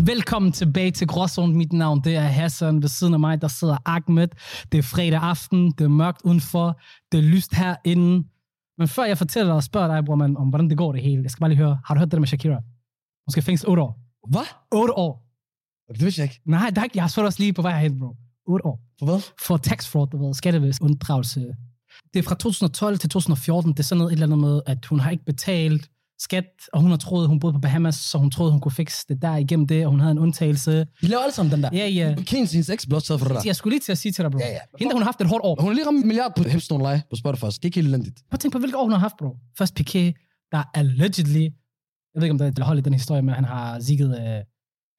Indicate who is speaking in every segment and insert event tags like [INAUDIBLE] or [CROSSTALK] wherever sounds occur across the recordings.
Speaker 1: Velkommen tilbage til Gråzone. Mit navn det er Hassan. Ved siden af mig der sidder Ahmed. Det er fredag aften. Det er mørkt udenfor. Det er lyst herinde. Men før jeg fortæller og spørger dig, bror, man, om hvordan det går det hele. Jeg skal bare lige høre. Har du hørt det der med Shakira? Hun skal fængsel 8 år.
Speaker 2: Hvad?
Speaker 1: 8 år.
Speaker 2: Det vidste jeg ikke.
Speaker 1: Nej, det er ikke. Jeg har svaret også lige på vej herhen, bro. 8 år.
Speaker 2: For hvad?
Speaker 1: For tax fraud, du ved, skattevæs unddragelse. Det er fra 2012 til 2014. Det er sådan noget, et eller andet med, at hun har ikke betalt skat, og hun har troet, hun boede på Bahamas, så hun troede, hun kunne fikse det der igennem det, og hun havde en undtagelse.
Speaker 2: De laver alle sammen den der.
Speaker 1: Ja, ja.
Speaker 2: Kings, hendes eks, blot taget for det der.
Speaker 1: Jeg skulle lige til at sige til dig, bro.
Speaker 2: Ja, ja.
Speaker 1: Hende, der, hun har haft et hårdt år.
Speaker 2: Hun har lige ramt en milliard på Hips Don't Lie på Spotify, så det er ikke helt elendigt.
Speaker 1: Prøv at tænke på, hvilke år hun har haft, bro. Først Piqué, der allegedly, jeg ved ikke, om der er hold i den historie, men han har zigget øh,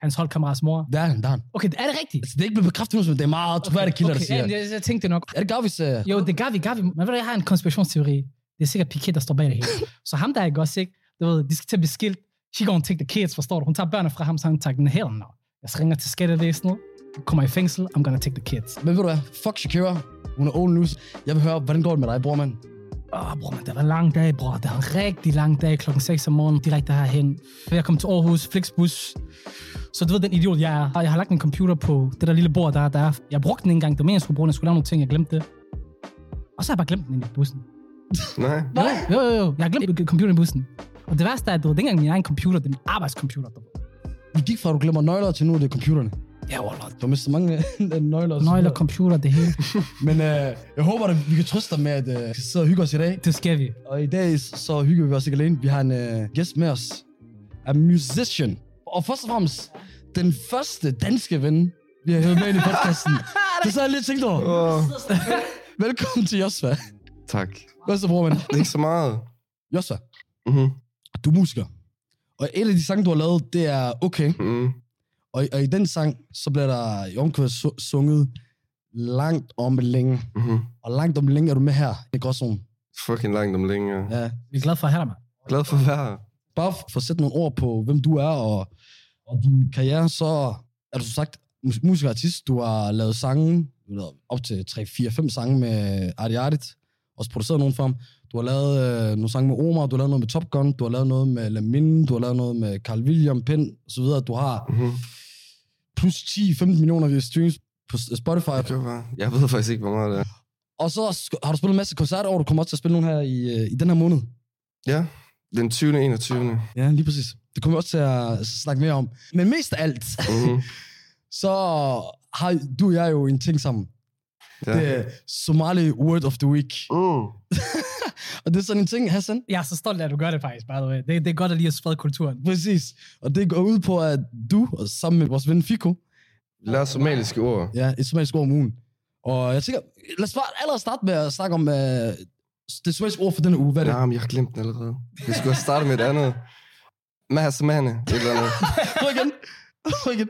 Speaker 1: hans holdkammerats mor.
Speaker 2: Der er han, der er han.
Speaker 1: Okay, er det rigtigt?
Speaker 2: Altså, det er ikke blevet bekræftet nu, men det er meget troværdige kilder, der
Speaker 1: okay,
Speaker 2: siger.
Speaker 1: ja, jeg, jeg tænkte nok.
Speaker 2: Er det Gavis? Uh...
Speaker 1: Jo, det Gavi, Gavi. Men ved du, jeg har en konspirationsteori. Det er sikkert Piqué, der står bag det hele. så ham der er ikke også, ikke? Du ved, de skal til at blive skilt. She gonna take the kids, forstår du? Hun tager børnene fra ham, så han tager den hell no. Jeg ringer til skattevæsenet, kommer i fængsel, I'm gonna take the kids.
Speaker 2: Men ved du hvad? Fuck Shakira. Hun er old news. Jeg vil høre, hvordan går det med dig, bror, mand?
Speaker 1: Åh, oh, bror, men det var en lang dag, bror. Det var en rigtig lang dag klokken 6 om morgenen, direkte herhen. Jeg kom til Aarhus, Flixbus. Så du ved, den idiot, jeg er. Og jeg har lagt en computer på det der lille bord, der, der er. Jeg brugte den ikke engang. Det var mere, jeg skulle bruge den. Jeg skulle lave nogle ting, jeg glemte det. Og så har jeg bare glemt den inde i bussen.
Speaker 3: Nej.
Speaker 1: Jo, jo, jo, jo. Jeg har glemt computeren i bussen. Og det værste er, at du ved, det er ikke engang min egen computer. Det er min arbejdscomputer. Du. ved.
Speaker 2: Vi gik fra, at du glemmer nøgler til nu, er det er computerne.
Speaker 1: Ja, wallah.
Speaker 2: Du har mistet mange [LAUGHS] øh, nøgler. og så
Speaker 1: Nøgler,
Speaker 2: videre.
Speaker 1: computer, det hele.
Speaker 2: Men øh, jeg håber, at vi kan trøste dig med, at øh, vi sidder og hygger os i dag.
Speaker 1: Det skal vi.
Speaker 2: Og i dag så hygger vi os ikke alene. Vi har en øh, gæst med os. A musician. Og først og fremmest, den første danske ven, vi har hævet med ind i podcasten. det sad jeg lige og tænkte over.
Speaker 3: Åh,
Speaker 2: Velkommen til Josva.
Speaker 3: tak.
Speaker 2: Hvad så, bror, mand?
Speaker 3: Det er ikke så meget.
Speaker 2: Josva,
Speaker 3: Mm-hmm.
Speaker 2: du er musiker. Og en af de sange, du har lavet, det er Okay.
Speaker 3: Mm.
Speaker 2: Og, og i den sang, så bliver der i omkvædet su- sunget langt om længe.
Speaker 3: Mm-hmm.
Speaker 2: Og langt om længe er du med her i Gråzonen.
Speaker 3: Fucking langt om længe. Ja.
Speaker 2: Ja.
Speaker 1: Vi er glade for at have dig, mand.
Speaker 3: Glad for at være her.
Speaker 2: bare for at sætte nogle ord på, hvem du er og, og din karriere, så er du som sagt mus- musiker og artist. Du har lavet sange, du har lavet op til 3-4-5 sange med Arti Artit, også produceret nogle for ham. Du har lavet øh, nogle sange med Omar, du har lavet noget med Top Gun, du har lavet noget med Lamin, du har lavet noget med Carl William, Pen osv. Du har
Speaker 3: Mm-hmm.
Speaker 2: plus 10-15 millioner streams på s- Spotify.
Speaker 3: Det var... Jeg ved faktisk ikke, hvor meget det er.
Speaker 2: Og så sk- har du spillet en masse koncerter, og du kommer også til at spille nogle her i, øh, i den her måned.
Speaker 3: Ja, den 20. 21.
Speaker 2: Ja, lige præcis. Det kommer vi også til at snakke mere om. Men mest af alt,
Speaker 3: Mm-hmm.
Speaker 2: så har du og jeg jo en ting sammen.
Speaker 3: Ja.
Speaker 2: Ja. Det er Somali Word of the Week.
Speaker 3: Mm.
Speaker 2: Og det er sådan en ting, Hassan.
Speaker 1: Jeg er så stolt af, at du gør det faktisk, by the way. Det, det er godt at lige at sprede kulturen.
Speaker 2: Præcis. Og det går ud på, at du, og sammen med vores ven Fiko,
Speaker 3: Lad somaliske ord.
Speaker 2: ja, et somalisk ord om ugen. Og jeg tænker, lad os bare allerede starte med at snakke om uh, det somaliske ord for denne uge. Hvad er det?
Speaker 3: Nej, men jeg har glemt den allerede. Vi skulle have startet med et andet. Mahasamane. Et eller andet.
Speaker 2: Prøv igen. Prøv igen.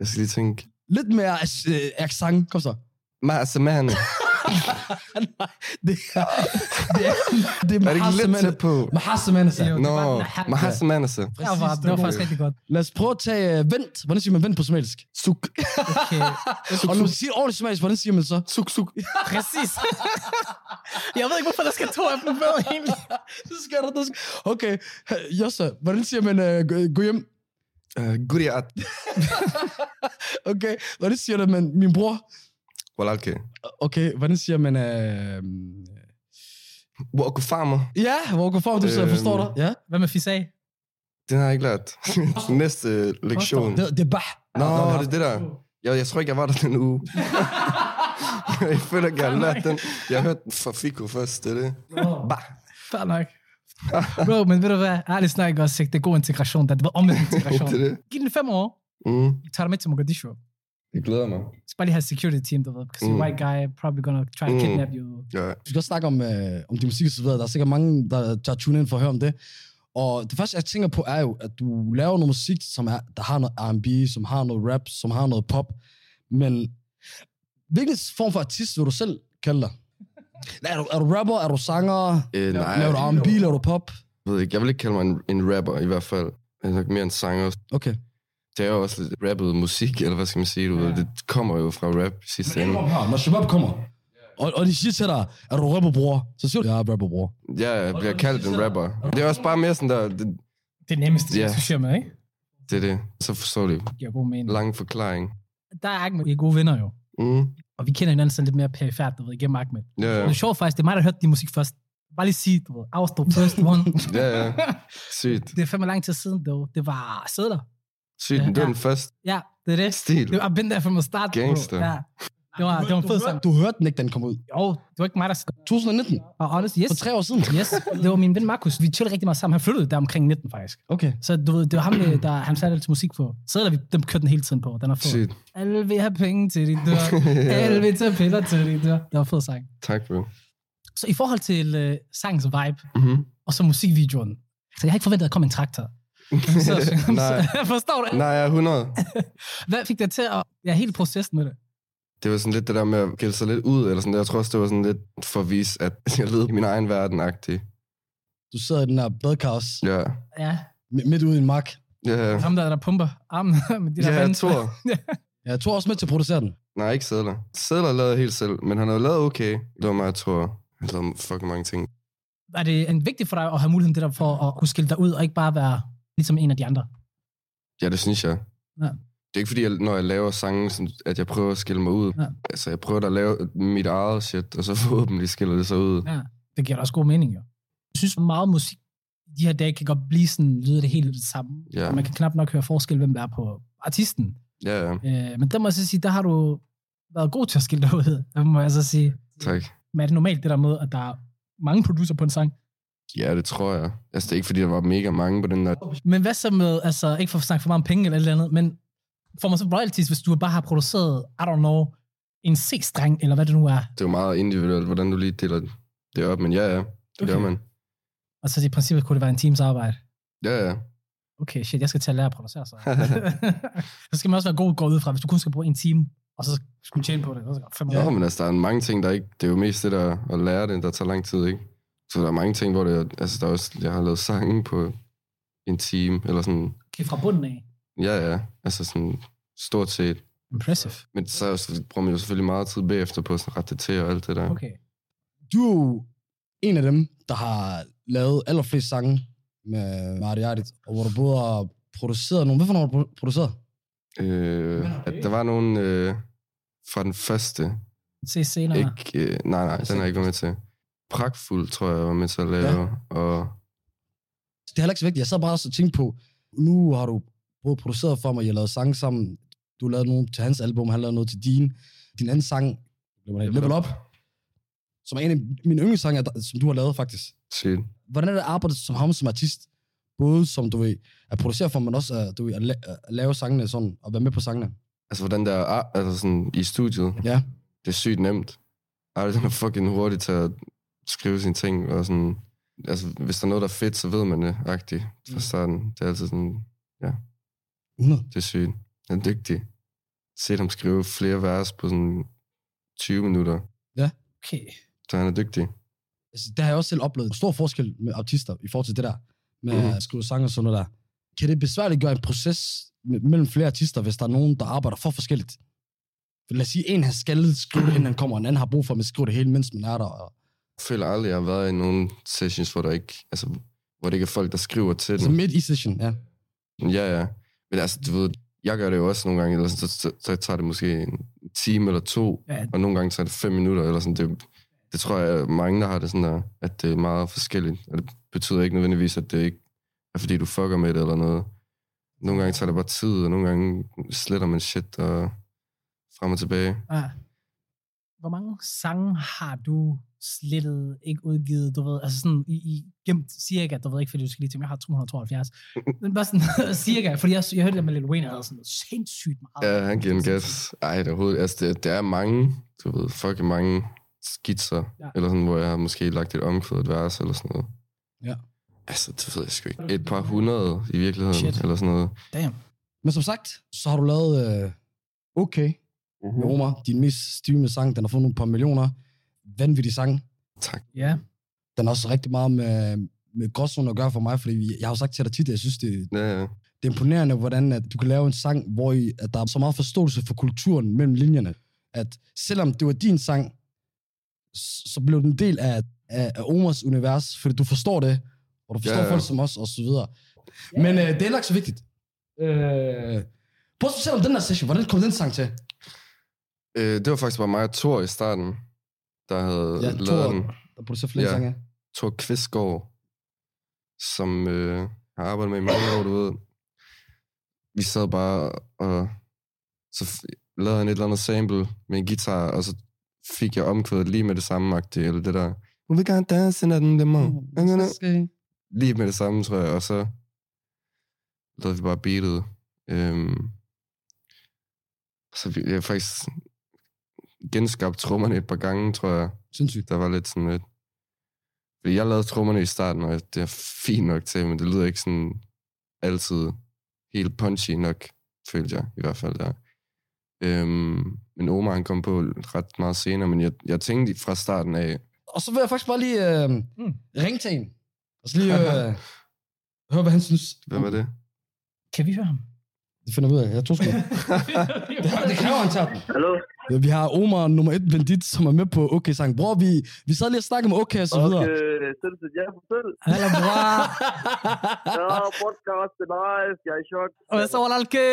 Speaker 3: Jeg skal lige tænke.
Speaker 2: Lidt mere uh, accent. Kom så.
Speaker 3: Mahasamane.
Speaker 2: Det er, det er, det er,
Speaker 3: Er det ikke lidt
Speaker 2: Mahasamane.
Speaker 3: tæt på?
Speaker 2: Mahasamane,
Speaker 1: Jo,
Speaker 2: sagde
Speaker 1: det
Speaker 3: Nå,
Speaker 1: var den her-
Speaker 3: Mahasamane. så.
Speaker 1: Ja, var, det var faktisk rigtig godt.
Speaker 2: Lad os prøve at tage uh, vent. Hvordan siger man vent på somalisk? Suk.
Speaker 1: [LAUGHS] Okay.
Speaker 2: Og når man siger ordentligt somalisk, hvordan siger man så?
Speaker 3: Suk, suk.
Speaker 1: Præcis. [LAUGHS] jeg ved ikke, hvorfor der skal to af dem med egentlig.
Speaker 2: [LAUGHS] Det skal der, det skal. Okay, Jossa, hvordan siger man uh, gå- gå hjem?
Speaker 3: Uh, Guriat.
Speaker 2: Okay, hvordan siger det, man min bror?
Speaker 3: Walalke.
Speaker 2: Okay, hvordan siger man... Uh...
Speaker 3: Wakufarmer.
Speaker 2: Ja, hvor går for, du så jeg forstår dig.
Speaker 3: Øhm.
Speaker 2: Ja.
Speaker 1: Hvad med Fisag?
Speaker 3: Den har jeg ikke lært. [LAUGHS] Næste lektion.
Speaker 2: Det, det er bah.
Speaker 3: Nå, det er det der. Jeg, jeg tror ikke, jeg var der den uge. [LAUGHS] jeg føler ikke, jeg har lært den. Jeg har hørt den fra Fico først, det er det. Bah.
Speaker 1: Fair nok. Bro, men ved du hvad? Ærligt snak også, ikke? det er god integration. Det er omvendt integration.
Speaker 3: [LAUGHS] Det er det.
Speaker 1: Giv den fem år.
Speaker 3: Mm.
Speaker 1: Vi tager dig med til Mogadishu.
Speaker 3: Jeg glæder mig.
Speaker 1: Jeg skal bare lige have security team, du ved. Because you're a
Speaker 3: Mm.
Speaker 1: white guy, probably gonna try to
Speaker 3: Mm.
Speaker 1: kidnap you.
Speaker 3: Ja.
Speaker 2: Vi skal også snakke om, øh, om din musik og så videre. Der er sikkert mange, der tager tune ind for at høre om det. Og det første, jeg tænker på, er jo, at du laver noget musik, som er, der har noget R&B, som har noget rap, som har noget pop. Men hvilken form for artist vil du selv kalde dig? Er du, er du rapper? Er du sanger?
Speaker 3: Øh, nej,
Speaker 2: Laver du R&B? Laver du pop?
Speaker 3: jeg ved ikke. Jeg vil ikke kalde mig en, en rapper i hvert fald. Jeg er nok mere en sanger.
Speaker 2: Okay.
Speaker 3: Det er jo også lidt rappet musik, eller hvad skal man sige? Du ved,
Speaker 1: Ja.
Speaker 3: det kommer jo fra rap i sidste ende.
Speaker 2: Ja, når Shabab kommer, og, og de siger til dig, er du rapperbror? Så siger du, jeg er rapperbror.
Speaker 3: Ja, jeg bliver kaldt en rapper. Det er også bare mere sådan der... Det,
Speaker 1: Det er nemmest, det
Speaker 3: Ja.
Speaker 1: yeah. associerer med, ikke?
Speaker 3: Det er det. Så forstår de.
Speaker 1: Det giver god mening.
Speaker 3: Lang forklaring.
Speaker 1: Der er Ahmed, vi er gode venner jo.
Speaker 3: Mm.
Speaker 1: Og vi kender hinanden sådan lidt mere perifært, du ved, igennem Ahmed.
Speaker 3: Ja,
Speaker 1: Ja.
Speaker 3: ja.
Speaker 1: Det er sjovt faktisk, det er mig, der hørte din musik først. Bare lige sige, du ved, I was the first
Speaker 3: [LAUGHS]
Speaker 1: one.
Speaker 3: ja, ja. Sygt.
Speaker 1: det er fandme lang tid siden, dog. Det var sædler.
Speaker 3: Sygt.
Speaker 1: Ja.
Speaker 3: Det var den første
Speaker 1: Ja, det er det.
Speaker 3: stil.
Speaker 1: Det var I've been there from the start. bro.
Speaker 3: Gangster.
Speaker 1: Ja. Det var, det var en fed sang.
Speaker 2: Du hørte den ikke, den kom ud.
Speaker 1: Jo, det var ikke mig, der skrev.
Speaker 2: 2019.
Speaker 1: Og honest, yes.
Speaker 2: For tre år siden.
Speaker 1: Yes, det var min ven Markus. Vi chillede rigtig meget sammen. Han flyttede der omkring 19 faktisk.
Speaker 2: Okay.
Speaker 1: Så du ved, det
Speaker 3: [CLEARS THROAT]
Speaker 1: var ham, øh, der, han satte altid musik på. Så der, vi, dem kørte den hele tiden på. Den har fået.
Speaker 3: Sygt.
Speaker 1: Alle vil have penge til de
Speaker 3: [LAUGHS]
Speaker 1: dør. Alle
Speaker 3: ja.
Speaker 1: vil tage piller til de dør. Det var en fed sang.
Speaker 3: Tak, bro.
Speaker 1: Så i forhold til øh, sangens vibe,
Speaker 3: Mm-hmm.
Speaker 1: og så musikvideoen. Så jeg har ikke forventet, at der kom en
Speaker 3: [LAUGHS]
Speaker 1: traktor. Så,
Speaker 3: Nej.
Speaker 1: så- [LAUGHS] forstår du?
Speaker 3: Nej, jeg er 100.
Speaker 1: Hvad fik dig til at... Ja, hele processen med det.
Speaker 3: Det var sådan lidt det der med at gælde sig lidt ud, eller sådan Jeg tror også, det var sådan lidt for at vise, at [LAUGHS] jeg levede i min egen verden -agtig.
Speaker 2: Du sidder i den der badkaos
Speaker 3: Ja.
Speaker 1: Ja,
Speaker 2: mi- midt ude i en mark.
Speaker 3: Ja,
Speaker 1: ham der, der pumper armen [LAUGHS] med de der
Speaker 3: ja,
Speaker 1: vand.
Speaker 3: jeg
Speaker 1: [LAUGHS]
Speaker 3: tror.
Speaker 2: Ja, jeg tog også med til at producere den.
Speaker 3: Nej, ikke sædler. Sædler lavede jeg helt selv, men han havde lavet okay. Det var mig, jeg tror. Han lavede fucking mange ting.
Speaker 1: Er det en vigtigt for dig at have muligheden det der for at kunne skille dig ud, og ikke bare være ligesom en af de andre?
Speaker 3: Ja, det synes jeg.
Speaker 1: Ja.
Speaker 3: Det er ikke fordi, jeg, når jeg laver sange, sådan, at jeg prøver at skille mig ud.
Speaker 1: Ja.
Speaker 3: Altså, jeg prøver da at lave mit eget shit, og så [LAUGHS] forhåbentlig skiller det sig ud.
Speaker 1: Ja. Det giver da også god mening, jo. Jeg synes, meget musik i de her dage kan godt blive sådan, lyder det helt det samme.
Speaker 3: Ja.
Speaker 1: Og Man kan knap nok høre forskel, hvem der er på artisten.
Speaker 3: Ja, ja.
Speaker 1: Øh, men der må jeg så sige, der har du været god til at skille dig ud, det må jeg så sige.
Speaker 3: Tak.
Speaker 1: Men er det normalt det der med, at der er mange producer på en sang?
Speaker 3: Ja, det tror jeg. Altså, det er ikke fordi, der var mega mange på den der.
Speaker 1: Men hvad så med, altså ikke for at snakke for meget om penge eller et eller andet, men får man så royalties, hvis du bare har produceret, I don't know, en C-streng, eller hvad det nu er?
Speaker 3: Det er jo meget individuelt, hvordan du lige deler det op, men ja, ja. Det okay. gør
Speaker 1: Okay.
Speaker 3: man.
Speaker 1: Og så Altså, i princippet kunne det være en teams arbejde.
Speaker 3: Ja, ja.
Speaker 1: Okay, shit, jeg skal til at lære at producere så. så skal man også være god at gå ud fra, hvis du kun skal bruge en time, og så skulle tjene på det. Så er det fem år.
Speaker 3: Ja, men altså, der er mange ting, der ikke... Det er jo mest det, der at lære det, der tager lang tid, ikke? Så der er mange ting, hvor det... er- Altså, der er også... Jeg har lavet sange på en time, eller sådan...
Speaker 1: Okay, fra bunden af.
Speaker 3: Ja, ja. Altså sådan stort set.
Speaker 1: Impressive.
Speaker 3: Men så er jo så bruger man jo selvfølgelig meget tid bagefter på sådan at rette det til og alt det der.
Speaker 1: Okay.
Speaker 2: Du er jo en af dem, der har lavet allerflest sange med Marty Artit, og hvor du både har produceret nogle. Hvorfor har du pro- produceret?
Speaker 3: Øh, at der var nogen øh, fra den første.
Speaker 1: Se senere. Ikke.
Speaker 3: Ikke, øh, nej, nej, den har jeg ikke været med til. Pragtfuld, tror jeg, jeg var med til at lave. Ja. Og
Speaker 2: Det er heller ikke så vigtigt. Jeg sad bare også og tænkte på, nu har du både produceret for mig, jeg har lavet sange sammen. Du lavede nogle til hans album, han lavede noget til din. Din anden sang, Level Up, som er en af mine yndlingssange, som du har lavet faktisk.
Speaker 3: shit.
Speaker 2: hvordan er det at arbejde som ham som artist? Både som, du ved, at producere for, men også at, du ved, at, la- at lave sangene sådan, og være med på sangene.
Speaker 3: Altså, hvordan der er altså sådan, i studiet.
Speaker 2: Ja.
Speaker 3: Det er sygt nemt. Arne, den er fucking hurtig til at skrive sine ting. Og sådan, altså, hvis der er noget, der er fedt, så ved man det, agtigt, fra
Speaker 2: Mm.
Speaker 3: starten. Det er altid sådan,
Speaker 2: 100.
Speaker 3: det er sygt. Han er dygtig. Se ham skrive flere vers på sådan 20 minutter.
Speaker 1: Okay.
Speaker 3: Så han er dygtig.
Speaker 2: Altså, det har jeg også selv oplevet. Stor forskel med artister i forhold til det der, med
Speaker 3: Mhm.
Speaker 2: mm. at skrive sange og sådan noget der. Kan det besværligt gøre en proces me- mellem flere artister, hvis der er nogen, der arbejder for forskelligt? For lad os sige, en har skal skrive det, inden han kommer, og en anden har brug for, at man skriver det hele, mens man er der. Og...
Speaker 3: Jeg føler aldrig, jeg har været i nogle sessions, hvor der ikke, altså, hvor det ikke er folk, der skriver til
Speaker 2: Altså
Speaker 3: den.
Speaker 2: midt i session, ja.
Speaker 3: Ja, ja. Men altså, du ved, jeg gør det jo også nogle gange, eller sådan, så, så, så tager det måske en time eller to,
Speaker 1: Ja,
Speaker 3: og nogle gange tager det fem minutter, eller sådan. Det, det tror jeg, mange, der har det sådan der, at det er meget forskelligt. Og det betyder ikke nødvendigvis, at det ikke er, fordi du fucker med det eller noget. Nogle gange tager det bare tid, og nogle gange sletter man shit og frem og tilbage.
Speaker 1: ja. Ah. Hvor mange sange har du slettet, ikke udgivet, du ved, altså sådan i, i gemt cirka, du ved ikke, fordi du skal lige tænke, jeg har
Speaker 3: [LAUGHS]
Speaker 1: 272, men bare sådan [LAUGHS] cirka, fordi jeg, jeg hørte det med Lil Wayne, han havde sådan sindssygt meget.
Speaker 3: Ja, han giver en gas. Ej, det er overhovedet. Altså, det, der er mange, du ved, fucking mange skitser.
Speaker 1: Ja.
Speaker 3: Ja. Eller sådan, hvor jeg har måske lagt et omkvædet vers eller sådan noget.
Speaker 2: Ja.
Speaker 3: Altså, det ved jeg sgu ikke. Et par hundrede i virkeligheden,
Speaker 1: Shit.
Speaker 3: Shit. eller sådan noget.
Speaker 1: Damn.
Speaker 2: Men som sagt, så har du lavet øh, Okay med Omar, din mest stivende sang. Den har fået nogle par millioner. Vanvittig sang.
Speaker 3: Tak.
Speaker 1: Ja.
Speaker 2: den har også rigtig meget med, med gråzonen at gøre for mig, fordi vi- jeg har jo sagt til dig tit, at jeg synes, det,
Speaker 3: Ja, ja.
Speaker 2: det er imponerende, hvordan at du kan lave en sang, hvor I, at der er så meget forståelse for kulturen mellem linjerne, at selvom det var din sang, s- så blev den en del af, af, af Omars univers, fordi du forstår det, og du forstår
Speaker 3: Ja, ja.
Speaker 2: folk som os, og så videre. Men øh, det er nok så vigtigt. Øh, prøv at fortælle om den der session. Hvordan kom den sang til?
Speaker 3: Øh, det var faktisk bare mig og Thor i starten, der havde
Speaker 2: Ja,
Speaker 3: ja,
Speaker 2: Thor.
Speaker 3: lavet den.
Speaker 2: Der producerer flere
Speaker 3: Ja.
Speaker 2: sange.
Speaker 3: Thor Kvistgaard, som øh, har arbejdet med i mange år, du ved. Vi sad bare, og så f- lavede han et eller andet sample med en guitar, og så fik jeg omkvædet lige med det samme, agtigt, eller det der, hun vil gerne danse natten dem
Speaker 2: Mm.
Speaker 3: Lige med det samme, tror jeg, og så lavede vi bare beatet. Øhm, så vi, jeg har faktisk genskabt trommerne et par gange, tror jeg
Speaker 2: Sindssygt.
Speaker 3: der var lidt sådan lidt... Fordi jeg lavede trommerne i starten, og det er fint nok til, men det lyder ikke sådan altid helt punchy nok, følte jeg i hvert fald der. Øhm, men Omar han kom på ret meget senere, men jeg, jeg tænkte fra starten af,
Speaker 2: Og så vil jeg faktisk bare lige øh,
Speaker 1: Mm.
Speaker 2: mm. ringe til en. Og så lige øh,
Speaker 3: [LAUGHS]
Speaker 2: høre, hvad han synes.
Speaker 3: hvem er det?
Speaker 1: Kan vi høre
Speaker 3: [LAUGHS]
Speaker 1: ham?
Speaker 2: Det finder vi ud af. Jeg tror sgu. det, det kræver, han tager den.
Speaker 4: Hallo?
Speaker 2: Ja, vi har Omar nummer et bandit, som er med på OK-sangen. Bror, vi, vi sad lige og snakkede om OK og så videre. [LAUGHS] Okay.
Speaker 4: Okay, sindssygt. Ja, fortæl.
Speaker 2: [LAUGHS]
Speaker 1: Hallo, bror.
Speaker 4: Ja, podcast, det er nice. Jeg er i chok.
Speaker 1: Hvad så, Walalke?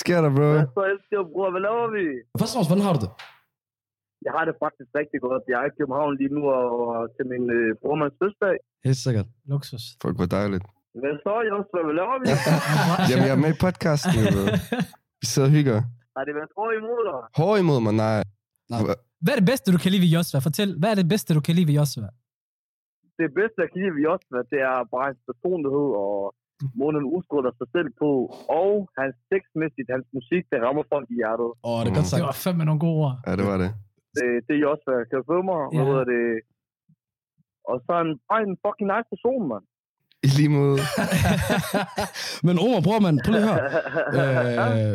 Speaker 3: Sker der, bro?
Speaker 4: Hvad så elsker, jeg, bror? Hvad laver vi?
Speaker 2: Først og fremmest, hvordan har du det?
Speaker 4: Jeg har det faktisk rigtig godt. Jeg er i København lige nu og, og til min øh, brormands fødselsdag.
Speaker 2: Helt sikkert.
Speaker 1: Luksus.
Speaker 3: Fuck, hvor dejligt.
Speaker 4: Hvad så, Jens? Hvad laver
Speaker 2: [LAUGHS]
Speaker 4: vi?
Speaker 3: Jamen, jeg er med i podcasten, jo, bro. Vi sidder og hygger.
Speaker 4: Har det været hård imod dig?
Speaker 3: Hård imod mig, nej.
Speaker 1: Hvad er det bedste, du kan lide ved Josva? Fortæl, hvad er det bedste, du kan lide ved Josva?
Speaker 4: Det bedste, jeg kan lide ved Josva, det er bare hans personlighed og måden, han udstråler sig selv på. Og hans tekstmæssigt, hans musik, det rammer folk i hjertet.
Speaker 2: Åh, oh, det er godt
Speaker 3: Mm.
Speaker 1: Det
Speaker 2: sagt.
Speaker 1: var fandme nogle gode ord.
Speaker 3: Ja, det var det.
Speaker 4: Det, det er Josva, kan du følge mig?
Speaker 1: Ja.
Speaker 4: Hvad hedder det? Og så er han bare en fucking nice person, mand.
Speaker 3: I lige måde.
Speaker 2: Men Omar, bror, mand, prøv lige at høre. Øh,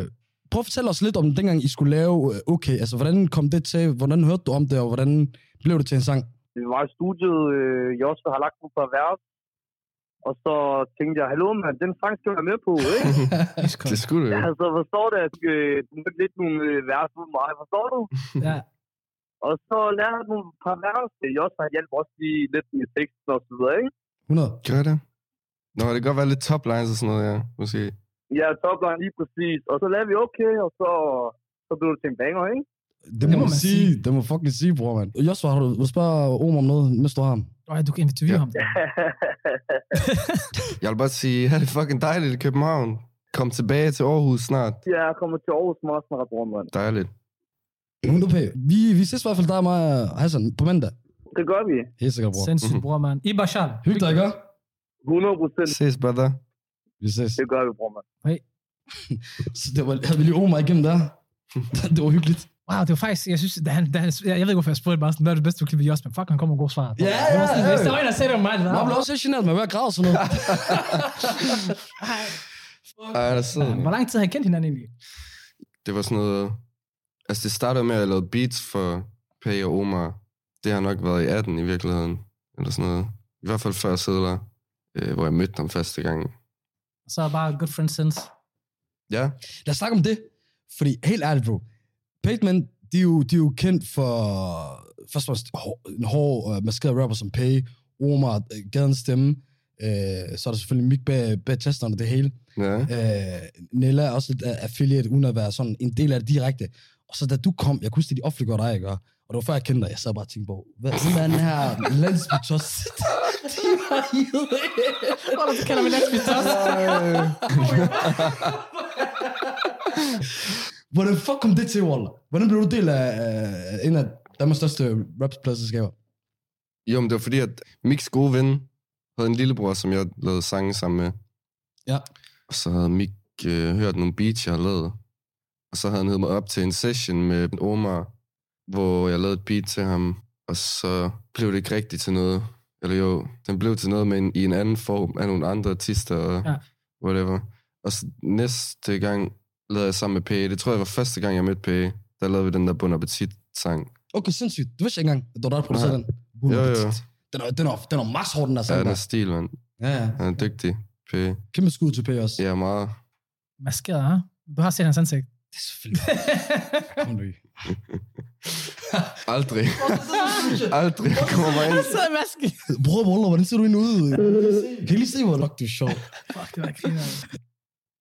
Speaker 2: prøv at fortælle os lidt om dengang, I skulle lave øh, OK. Altså, hvordan kom det til? Hvordan hørte du om det, og hvordan blev det til en sang?
Speaker 4: vi var i studiet, øh, jeg også har lagt nogle par vers, og så tænkte jeg, hallo mand, den sang skal jeg være med på, ikke?
Speaker 3: det skulle du jo.
Speaker 4: altså, forstår du, at øh, du må lidt nogle øh, vers uden mig, forstår du?
Speaker 1: Ja.
Speaker 4: Og så lærte jeg nogle par vers, jeg også har hjælp også lige lidt med teksten og så videre, ikke?
Speaker 2: 100.
Speaker 3: Gør det? Nå, det kan godt være lidt top lines og sådan noget, ja. Måske.
Speaker 4: Ja, topline lige præcis, og så lavede vi okay, og så, så blev det til en banger, ikke? [LAUGHS]
Speaker 2: Det må, det må man sige. sige. Det må fucking sige, bror, mand. Joshua, har du vil spørge Omar om noget, mens du har ham?
Speaker 1: Og du kan interviewe
Speaker 3: Ja.
Speaker 1: ham.
Speaker 3: Jeg vil bare sige, [LAUGHS] her er det fucking dejligt i København. Kom tilbage til Aarhus snart.
Speaker 4: jeg kommer til Aarhus meget snart, bror, mand.
Speaker 3: Dejligt.
Speaker 2: 100 p. Vi, vi ses i hvert fald dig og mig og Hassan på mandag.
Speaker 4: Det gør vi.
Speaker 2: Helt sikkert, bror.
Speaker 1: Sindssygt,
Speaker 3: Mhm.
Speaker 1: bror, mand. I Bashar.
Speaker 2: Hyg dig, ikke?
Speaker 4: 100 procent.
Speaker 3: Ses, brother.
Speaker 2: Vi ses.
Speaker 4: Det gør vi, bror, mand.
Speaker 2: Så det var, havde vi lige Omar igennem der. [LAUGHS] det var hyggeligt.
Speaker 1: Wow, det var faktisk, jeg synes, da han, da han, jeg, jeg ved ikke, hvorfor jeg spurgte bare sådan, hvad er det bedste, du kan lide ved Josva? Fuck, han kommer med gode svar.
Speaker 2: Ja,
Speaker 1: Det var
Speaker 2: ja,
Speaker 1: sådan,
Speaker 2: ja.
Speaker 1: Hvis der var en, der sagde det om mig, det var,
Speaker 2: Man blev også helt generet, man var ved at græde og sådan noget.
Speaker 1: Ej.
Speaker 3: Ej, der sidder
Speaker 1: Ja,
Speaker 3: den.
Speaker 1: Hvor lang tid har I kendt hinanden egentlig?
Speaker 3: Det var sådan noget... Altså, det startede med, at jeg lavede beats for Pay og Omar. Det har nok været i 18 i virkeligheden. Eller sådan noget. I hvert fald før Sædler, øh, hvor jeg mødte ham første gang.
Speaker 1: Så er bare good friends since.
Speaker 3: Ja,
Speaker 2: Lad os snakke om det. Fordi helt ærligt, bro. Payman, de er jo, de er jo kendt for først og fremmest hår- en hård, uh, maskeret rapper som Pay, Omar, øh, Gadens Stemme. Uh, så er der selvfølgelig Mik bag, bag tasterne og det hele.
Speaker 3: ja.
Speaker 2: Øh, Nella er også lidt a- affiliate, uden at være sådan en del af det direkte. Og så da du kom, jeg kunne huske, at de offentliggjorde dig, ikke? Og det var før jeg kendte dig, jeg sad bare og tænkte på, hvad hvem er den her landsbytos? de var hivet.
Speaker 1: Hvor du kalder vi Lesbi Toss?
Speaker 2: Øh. Hvordan fuck kom det til, Walla? Hvordan blev du del af uh, en af Danmarks største rapspladselskaber?
Speaker 3: Jo, men det var fordi, at Miks gode ven havde en lillebror, som jeg lavede sange sammen med.
Speaker 2: Ja.
Speaker 3: Og så havde Mik øh, hørt nogle beats, jeg havde lavet. Og så havde han hed mig op til en session med Omar, hvor jeg lavede et beat til ham. Og så blev det ikke rigtigt til noget. Eller jo, den blev til noget, men i en anden form af nogle andre artister og
Speaker 1: Ja.
Speaker 3: ja. whatever. Og så næste gang lavede jeg sammen med P. E. Det tror jeg var første gang, jeg mødte P. E. Der lavede vi den der Bon Appetit-sang.
Speaker 2: Okay, sindssygt. Du vidste ikke engang, at du var der, der producerede den. Bon
Speaker 3: Jo, jo.
Speaker 2: Appetit. Den er, den er, den er max hård, den der
Speaker 3: Ja,
Speaker 2: sang.
Speaker 3: den er
Speaker 2: der.
Speaker 3: stil, mand.
Speaker 2: Ja, ja.
Speaker 3: Han er dygtig, P.
Speaker 2: Kæmpe skud til P også.
Speaker 3: Ja, meget.
Speaker 1: Maskeret, ha? Du har set hans ansigt.
Speaker 2: Det er selvfølgelig. Kom nu i.
Speaker 3: Aldrig. [LAUGHS] Aldrig kommer mig ind.
Speaker 1: sidder i masken.
Speaker 2: Bror, Walla, hvordan ser du ind ud? Kan I lige se, hvor fuck, du er sjov.
Speaker 1: Fuck, det var griner.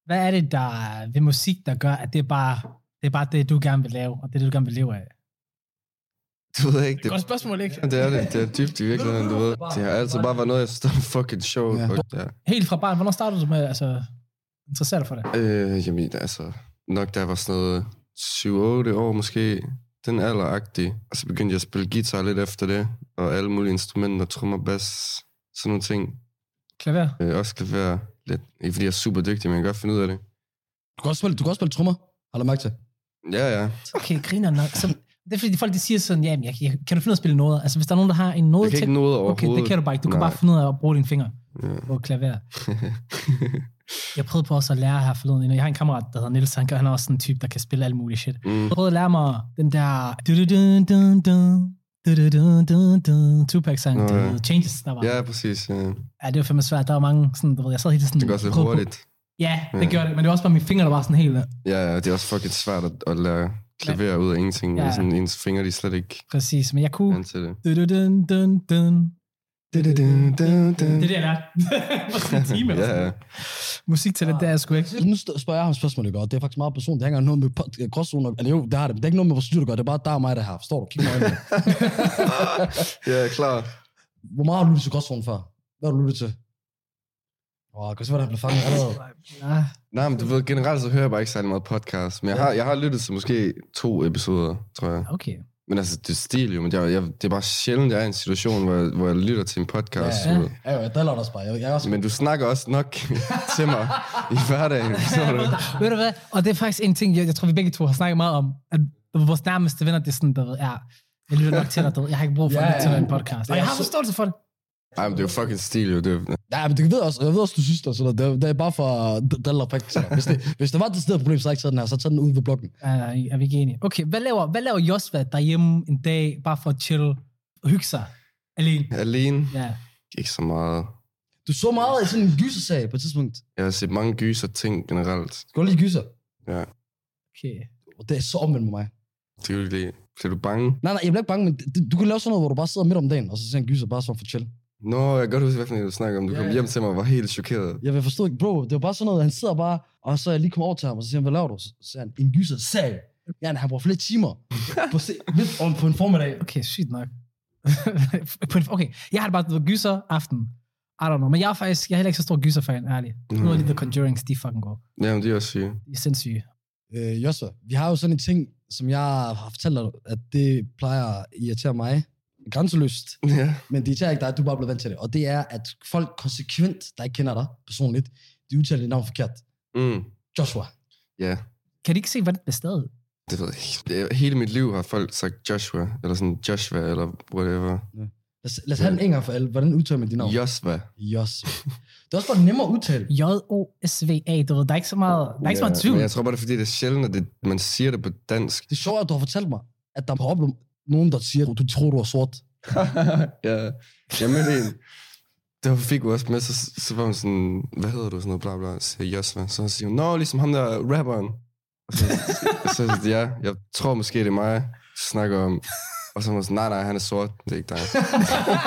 Speaker 1: Hvad er det der ved musik, der gør, at det er bare det, er bare det du gerne vil lave, og det er det, du gerne vil leve af?
Speaker 3: Det ved jeg ikke.
Speaker 1: Det er
Speaker 3: Det,
Speaker 1: godt spørgsmål, ikke?
Speaker 3: det er det. Det er dybt i virkeligheden, du ved. Det har altid bare været noget, jeg synes, der var fucking sjovt.
Speaker 2: Ja.
Speaker 3: Ja. Og, ja.
Speaker 1: Helt fra barn, hvornår startede du med, altså, interessere dig for det?
Speaker 3: Øh, jamen, altså, nok da jeg var sådan noget 7-8 år måske, den alderagtige. Og så begyndte jeg at spille guitar lidt efter det, og alle mulige instrumenter, trommer, bas, sådan nogle ting.
Speaker 1: Klaver?
Speaker 3: Øh, også klaver lidt. Ikke fordi jeg er super dygtig, men jeg kan godt finde ud af det.
Speaker 2: Du kan også spille, du kan også spille trommer, har du mærke til.
Speaker 3: Ja, ja.
Speaker 1: Okay, griner nok. Så, det er fordi, folk de siger sådan, jamen, jeg, jeg, kan du finde ud af at spille noget? Altså, hvis der er nogen, der har en
Speaker 3: Jeg
Speaker 1: noget
Speaker 3: kan ikke noget
Speaker 1: Okay,
Speaker 3: overhovedet.
Speaker 1: det kan du bare ikke. Du kan
Speaker 3: Nej.
Speaker 1: bare finde ud af at bruge dine fingre
Speaker 3: Ja.
Speaker 1: på
Speaker 3: [LAUGHS]
Speaker 1: klaver. jeg prøvende på også at lære her forleden. Jeg har en kammerat, der hedder Nils, han, han er også sådan en type, der kan spille alt muligt shit.
Speaker 3: Mm.
Speaker 1: Jeg prøvede at lære mig den der... du-du-dun-dun-dun, du-du-dun-dun-dun, Tupac-sang,
Speaker 3: Nå, ja.
Speaker 1: du ved, Changes, der var.
Speaker 3: Ja, præcis. Ja.
Speaker 1: Ja, det var fandme svært. Der var mange sådan, du ved, jeg sad hele tiden...
Speaker 3: Det går også lidt
Speaker 1: prøvede på-
Speaker 3: hurtigt.
Speaker 1: Ja, det
Speaker 3: Ja.
Speaker 1: gjorde det, men det var også bare mine fingre, der var sådan helt... øh,
Speaker 3: Ja, ja, det er også fucking svært at, at lære klaver ud af ingenting.
Speaker 1: Ja. Uh.
Speaker 3: Ja. Sådan, ens fingre, de er slet ikke
Speaker 1: Præcis, men jeg kunne...
Speaker 3: vant til det.
Speaker 1: Du-du-dun-dun-dun. Det er
Speaker 3: Det
Speaker 1: det, jeg lærte. [LAUGHS] For sådan en time eller
Speaker 3: Ja,
Speaker 1: sådan
Speaker 3: ja.
Speaker 1: noget. Musik til det, der er sgu ikke.
Speaker 2: Nu st- spørger jeg ham et spørgsmål, ikke? Og det er faktisk meget personligt. Det hænger noget med pod- crosszone. Eller jo, det har det. men Det er ikke noget med, hvor styr du gør. Det er bare dig og mig, der har. Forstår du? Kig mig i øjnene.
Speaker 3: Ja, klar.
Speaker 2: Hvor meget har du lyttet til crosszone før? Hvad har du lyttet til? Åh, jeg kan se, hvordan han blev fanget allerede.
Speaker 1: Ja,
Speaker 3: Nej, men du ved, generelt så hører jeg bare ikke særlig meget podcast. Men jeg har, jeg har lyttet til måske to episoder, tror jeg.
Speaker 1: okay.
Speaker 3: Men altså, det er stil jo, men jeg, jeg, det er bare sjældent, jeg er i en situation, hvor jeg, hvor jeg lytter til en podcast.
Speaker 1: Ja.
Speaker 3: Ja, ja.
Speaker 2: Ja, jo, jeg driller dig også bare. Jeg, jeg er også...
Speaker 3: Men du snakker også nok [LAUGHS] til mig i hverdagen, forstår du?
Speaker 1: Ved du hvad? Og det er faktisk en ting, jeg, jeg tror, vi begge to har snakket meget om, at vores nærmeste venner, det er sådan, der ved, ja, jeg lytter nok til dig, du ved, jeg har ikke brug for
Speaker 2: Ja,
Speaker 1: at lytte til
Speaker 2: ja.
Speaker 1: dig i en
Speaker 2: Altså,
Speaker 1: podcast. Og jeg har forståelse for det.
Speaker 3: Ej, men det er jo fucking stil jo. Det er,
Speaker 2: Ja, men det ved jeg også, jeg ved også, du synes det. og Sådan noget. det, er- det er bare for at drille dig faktisk. Hvis det, hvis det var det sted problem, så havde jeg ikke taget den her. Så tag den ud ved blokken.
Speaker 1: Uh, er vi ikke enige? Okay, hvad laver, hvad laver Josva derhjemme en dag, bare for at chill og hygge sig alene?
Speaker 3: alene,
Speaker 1: Ja.
Speaker 3: ikke så meget.
Speaker 2: Du så meget af sådan en gyserserie på et tidspunkt.
Speaker 3: Jeg har set mange gyser ting generelt.
Speaker 2: Skal du lige gyser?
Speaker 1: Okay.
Speaker 2: Og det er så omvendt med mig.
Speaker 3: Det er jo lige... Bliver du bange?
Speaker 2: Nej, nej, jeg bliver ikke bange, men det- du kan lave sådan noget, hvor du bare sidder midt om dagen, og så ser en gyser bare sådan for chill.
Speaker 3: Nå, jeg kan godt huske, hvad for en, du snakker om. Du
Speaker 2: Ja,
Speaker 3: kom
Speaker 2: ja.
Speaker 3: hjem til mig og var helt chokeret.
Speaker 2: Jeg vil forstå ikke, bro, det var bare sådan noget, han sidder bare, og så er jeg lige kommer over til ham, og så siger han, hvad laver du? Så siger han, en gyser sag. Ja, han bruger flere timer på, se, midt om på en formiddag.
Speaker 1: Okay, sygt nok. [LAUGHS] På en- okay, jeg har det bare du ved, gyser aften. I don't know, men jeg er faktisk, jeg er heller ikke så stor gyser-fan, ærligt. Nu er lige The Conjurings, de er fucking gode.
Speaker 3: Jamen, det er også
Speaker 1: [LAUGHS]
Speaker 3: syge.
Speaker 1: De er sindssyge.
Speaker 2: Øh, Joshua, vi har jo sådan en ting, som jeg har fortalt dig, at det plejer at irritere mig grænseløst,
Speaker 3: Ja.
Speaker 2: men det irriterer ikke dig, at du bare er blevet vant til det. Og det er, at folk konsekvent, der ikke kender dig personligt, de udtaler dit navn forkert.
Speaker 3: Mm.
Speaker 2: Joshua.
Speaker 3: Ja,
Speaker 1: Kan de ikke se, hvordan det er stadig?
Speaker 3: det ved jeg ikke. Det- Hele mit liv har folk sagt Joshua, eller sådan Joshua, eller whatever.
Speaker 2: Lad os, lad os have den en gang for alle. Hvordan udtaler man dit navn?
Speaker 3: Joshua.
Speaker 2: Joshua. Det er også bare nemmere at udtale.
Speaker 1: J-O-S-V-A, du ved, der er ikke så meget, Ah, der er ikke så meget tvivl.
Speaker 3: Men jeg tror bare, det er fordi, det er sjældent, at det, man siger det på dansk.
Speaker 2: Det er sjovt, at du har fortalt mig, at der er problem. nogen, der siger, at du tror, du er sort.
Speaker 3: [LAUGHS] ja. Jeg mødte en. Det var fik også med, så, så var hun sådan, hvad hedder du, sådan noget bla bla, så siger jeg Joshua. Så siger hun, nå, ligesom ham der rapperen. Og så, så, så ja, jeg tror måske, det er mig, du snakker om. Og så var hun sådan, nej, nej, han er sort, det er ikke dig.
Speaker 1: [LAUGHS]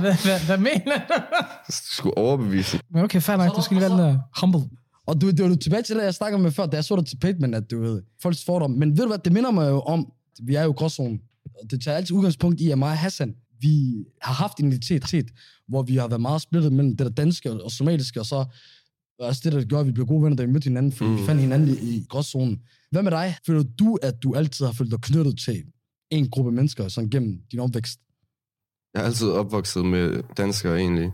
Speaker 1: hvad, hvad, hvad mener du?
Speaker 3: Så skulle overbevise
Speaker 1: Men okay, fair nok, du skal lige være lidt, øh, humble.
Speaker 2: Og du, det var du tilbage til, at jeg snakkede med før, da jeg så dig til Pigman, at du ved, folks fordom. Men ved du hvad, det minder mig jo om, at vi er jo i gråzonen. Og det tager altid udgangspunkt i, at mig og Hassan, vi har haft en identitet, hvor vi har været meget splittet mellem det der danske og somaliske, og så også det, der gjorde, at vi blev gode venner, da vi mødte hinanden, fordi mm. vi
Speaker 3: Mm.
Speaker 2: fandt hinanden i, i gråzonen. Hvad med dig? Føler du, at du altid har følt dig knyttet til en gruppe mennesker, sådan gennem din opvækst?
Speaker 3: Jeg er altid opvokset med danskere, egentlig.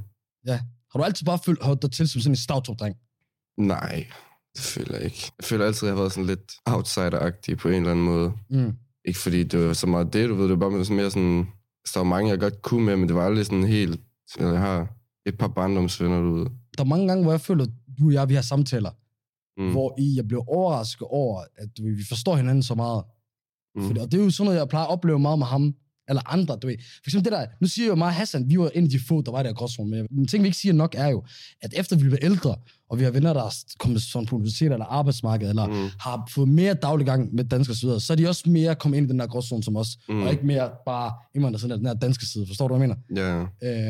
Speaker 2: Har du altid bare følt holdt dig til som sådan en stavtop-dreng?
Speaker 3: Nej, det føler jeg ikke. Jeg føler altid, at jeg har været sådan lidt outsider-agtig på en eller anden måde.
Speaker 2: Mm.
Speaker 3: Ikke fordi det var så meget det, du ved. Det var bare sådan mere sådan... altså, Der var mange, jeg godt kunne med, men det var aldrig sådan helt... Eller jeg har et par barndomsvenner, du ved.
Speaker 2: Der er mange gange, hvor jeg føler, at du og jeg, vi har samtaler, mm.
Speaker 3: Mm.
Speaker 2: hvor I, jeg bliver overrasket over, at du, ved, vi forstår hinanden så meget. Mm.
Speaker 3: Mm.
Speaker 2: Fordi, og det er jo sådan noget, jeg plejer at opleve meget med ham, eller andre, du ved. For eksempel det der, nu siger jeg jo mig og Hassan, vi var en af de få, der var i der gråzone, men en ting, vi ikke siger nok, er jo, at efter vi bliver ældre, og vi har venner, der er kommet sådan på universitet eller arbejdsmarkedet, eller mm.
Speaker 3: Mm.
Speaker 2: har fået mere dagliggang med danskere osv., så er de også mere kommet ind i den der gråzone som os, mm. og
Speaker 3: Mm.
Speaker 2: ikke mere bare indvandrere af den her danske side. Forstår du, hvad jeg mener?
Speaker 3: Ja,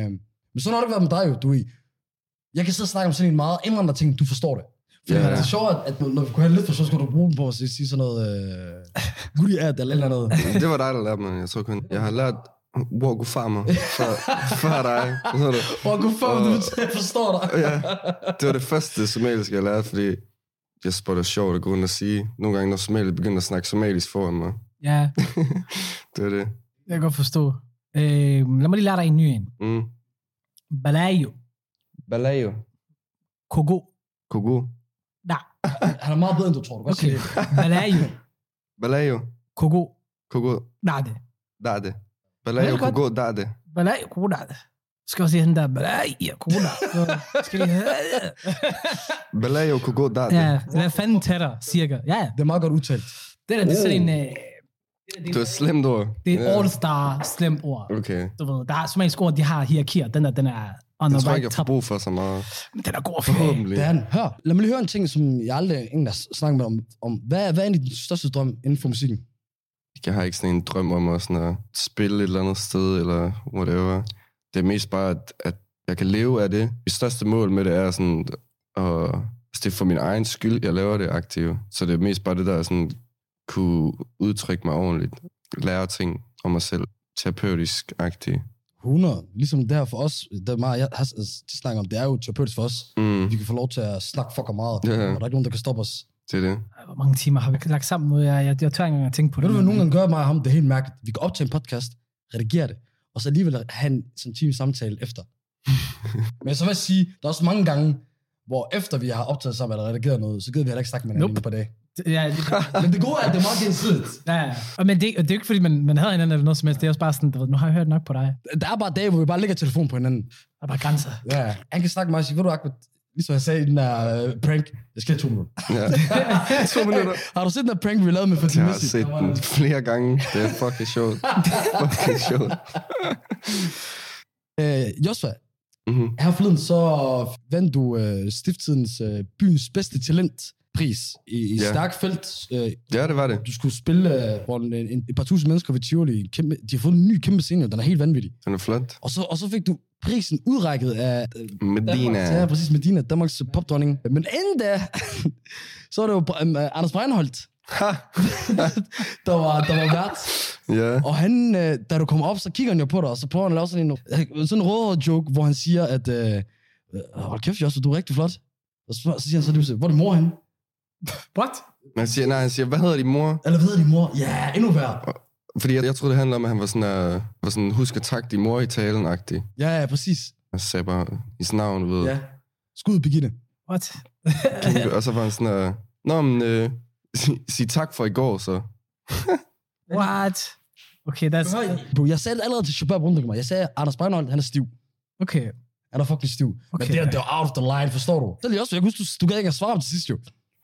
Speaker 2: Øhm, Øh, men sådan har det ikke været med dig jo, du i. Jeg kan sidde og snakke om sådan en meget indvandrer ting, du forstår det. Fordi
Speaker 3: Ja,
Speaker 2: ja, ja.
Speaker 3: ja.
Speaker 2: det er sjovt, at når- når vi kunne have lidt for, så skulle du bruge den på at sige sige sådan noget... Øh, Gudi at eller et eller andet.
Speaker 3: Det var dig, der lærte mig. Jeg tror kun, jeg har lært Walker Farmer fra, fra dig. Ved du?
Speaker 2: Åh, gud fuck,
Speaker 3: Og-
Speaker 2: du jeg forstår dig.
Speaker 3: Ja, det var det første somaliske, jeg lærte, fordi jeg spotter sjovt at gå rundt og sige. Nogle gange, når somalier begynder at snakke somalisk foran mig.
Speaker 1: Ja,
Speaker 3: Det er
Speaker 1: det
Speaker 3: det.
Speaker 1: kan jeg godt forstå. Øh, lad mig lige lære dig en ny en.
Speaker 3: Mm.
Speaker 1: Balayo.
Speaker 3: Balayo.
Speaker 1: Kogo.
Speaker 3: Kogo.
Speaker 1: Nej,
Speaker 2: Han er meget bedre, end du tror. Du kan godt
Speaker 1: okay.
Speaker 3: [LAUGHS]
Speaker 2: sige det.
Speaker 1: Balayo.
Speaker 3: Balayo.
Speaker 1: Kogo.
Speaker 3: Kogo.
Speaker 1: Nej, det.
Speaker 3: Dade. Balayo.
Speaker 1: Vel godt.
Speaker 3: Kogo. Dade.
Speaker 1: Balaj, corona. Skal også sige hende der, balaj, ja, corona. Så Skal lige,
Speaker 3: [LAUGHS] Balayo. Kogo. Dade.
Speaker 1: ja, hvad fanden tættere, cirka. Ja, ja.
Speaker 2: Det er meget godt udtalt.
Speaker 1: det der, det er
Speaker 3: Oh.
Speaker 1: sådan en, øh,
Speaker 3: Det var et slemt ord.
Speaker 1: det er
Speaker 3: Ja.
Speaker 1: et all-star slemt ord.
Speaker 3: Okay.
Speaker 1: Du ved, der er somalisk ord, de har hierarkier. Den der, den er on
Speaker 3: Jeg
Speaker 1: the
Speaker 3: tror ikke,
Speaker 1: right
Speaker 3: jeg får
Speaker 1: top.
Speaker 3: brug for så meget.
Speaker 1: Den er god at få.
Speaker 3: Forhåbentlig.
Speaker 2: Det er han. Hør, lad mig lige høre en ting, som jeg aldrig egentlig har snakket med om. om hvad, er- hvad er egentlig din største drøm inden for musikken?
Speaker 3: Jeg har ikke sådan en drøm om at, sådan at spille et eller andet sted, eller whatever. Det er mest bare, at, at jeg kan leve af det. Mit største mål med det er sådan, at altså det er for min egen skyld, jeg laver det aktivt. Så det er mest bare det, der er sådan, kunne udtrykke mig ordentligt. Lære ting om mig selv. Terapeutisk-agtigt.
Speaker 2: 100. Ligesom det her for os, det er meget, jeg har de snakker om, det er jo terapeutisk for os.
Speaker 3: Mm,
Speaker 2: Vi kan få lov til at snakke fucking meget,
Speaker 3: Ja,
Speaker 2: ja, og
Speaker 3: ja.
Speaker 2: der er ikke nogen, der kan stoppe os.
Speaker 3: det er det.
Speaker 1: Hvor mange timer har vi lagt sammen nu? Jeg, jeg, jeg tør ikke engang at tænke på
Speaker 2: Ved
Speaker 1: det.
Speaker 2: du, hvad nogle gange gør mig og ham? Det er helt mærkeligt. Vi går op til en podcast, redigerer det, og så alligevel have en sådan en time samtale [LAUGHS] efter. Men så vil jeg sige, der er også mange gange, hvor efter vi har optaget sammen eller redigeret noget, så gider vi heller ikke snakke med hinanden
Speaker 1: Nope.
Speaker 2: nope. på dag.
Speaker 1: Ja, det- [LAUGHS]
Speaker 2: Men det gode er, at det er meget gensidigt.
Speaker 1: ja, ja. Og Men det, og det er jo ikke, fordi man, man havde hinanden eller noget som helst. Det er også bare sådan, du ved, nu har jeg hørt nok på dig.
Speaker 2: Der er bare dage, hvor vi bare lægger telefon på hinanden.
Speaker 1: Der er bare grænser.
Speaker 2: Ja, ja. han kan snakke med mig og sige, ved du, Ahmed, ligesom jeg sagde i den der øh, prank, jeg skal have to minutter.
Speaker 1: [LAUGHS]
Speaker 3: Ja. to minutter.
Speaker 2: Har du set den der prank, vi lavede med Fatih
Speaker 3: Jeg har
Speaker 2: Messi?
Speaker 3: set den flere gange. Det er fucking sjovt. fucking sjovt.
Speaker 2: Øh, Joshua,
Speaker 3: Mm-hmm.
Speaker 2: Her forleden så vandt du øh, Stifttidens øh, byens bedste talentpris i, i
Speaker 3: Ja.
Speaker 2: ja. stærk felt. Øh,
Speaker 3: Ja, det var det.
Speaker 2: du skulle spille øh, for en, en, en, et par tusind mennesker ved Tivoli. En Kæmpe, de har fået en ny kæmpe scene, og den er helt vanvittig.
Speaker 3: Den er flot.
Speaker 2: Og så, og så fik du prisen udrækket af øh,
Speaker 3: Medina.
Speaker 2: Danmarks, ja, præcis, Medina, Danmarks øh, popdronning. Men inden da, [LAUGHS] så var det jo øh, Anders Breinholt,
Speaker 3: Ha!
Speaker 2: [LAUGHS] der var, der var vært.
Speaker 3: Ja.
Speaker 2: Og han, øh, da du kommer op, så kigger han jo på dig, og så prøver han at lave sådan en, øh, sådan en rødhåret joke, hvor han siger, at øh, øh, hold kæft, Joshua, du er rigtig flot. Og så, spørger- så siger han så lige pludselig, hvor er din mor henne?
Speaker 1: What?
Speaker 3: Men han siger, nej, han siger, hvad hedder din mor?
Speaker 2: Eller hvad hedder din mor? Ja, endnu værre.
Speaker 3: Fordi jeg, jeg troede, det handlede om, at han var sådan, uh, var sådan husk at takke din mor i talen-agtig.
Speaker 2: Ja, ja, præcis.
Speaker 3: Jeg sagde bare hendes navn, du ved.
Speaker 2: Ja. Skud, Birgitte.
Speaker 1: What?
Speaker 3: Yeah. Og så var han sådan, uh, nå, men uh, sig, sig tak for i går, så.
Speaker 1: What? Okay, that's...
Speaker 2: Bro, jeg sagde det allerede til Shabab rundt om mig. Jeg sagde, Anders Breinholt, han er stiv.
Speaker 1: Okay,
Speaker 2: Han er fucking stiv. Okay. Men
Speaker 1: Okay.
Speaker 2: det, er- det er out of the line, forstår du? Det er også, jeg kunne huske, du, du gad ikke at svare ham til sidst, jo.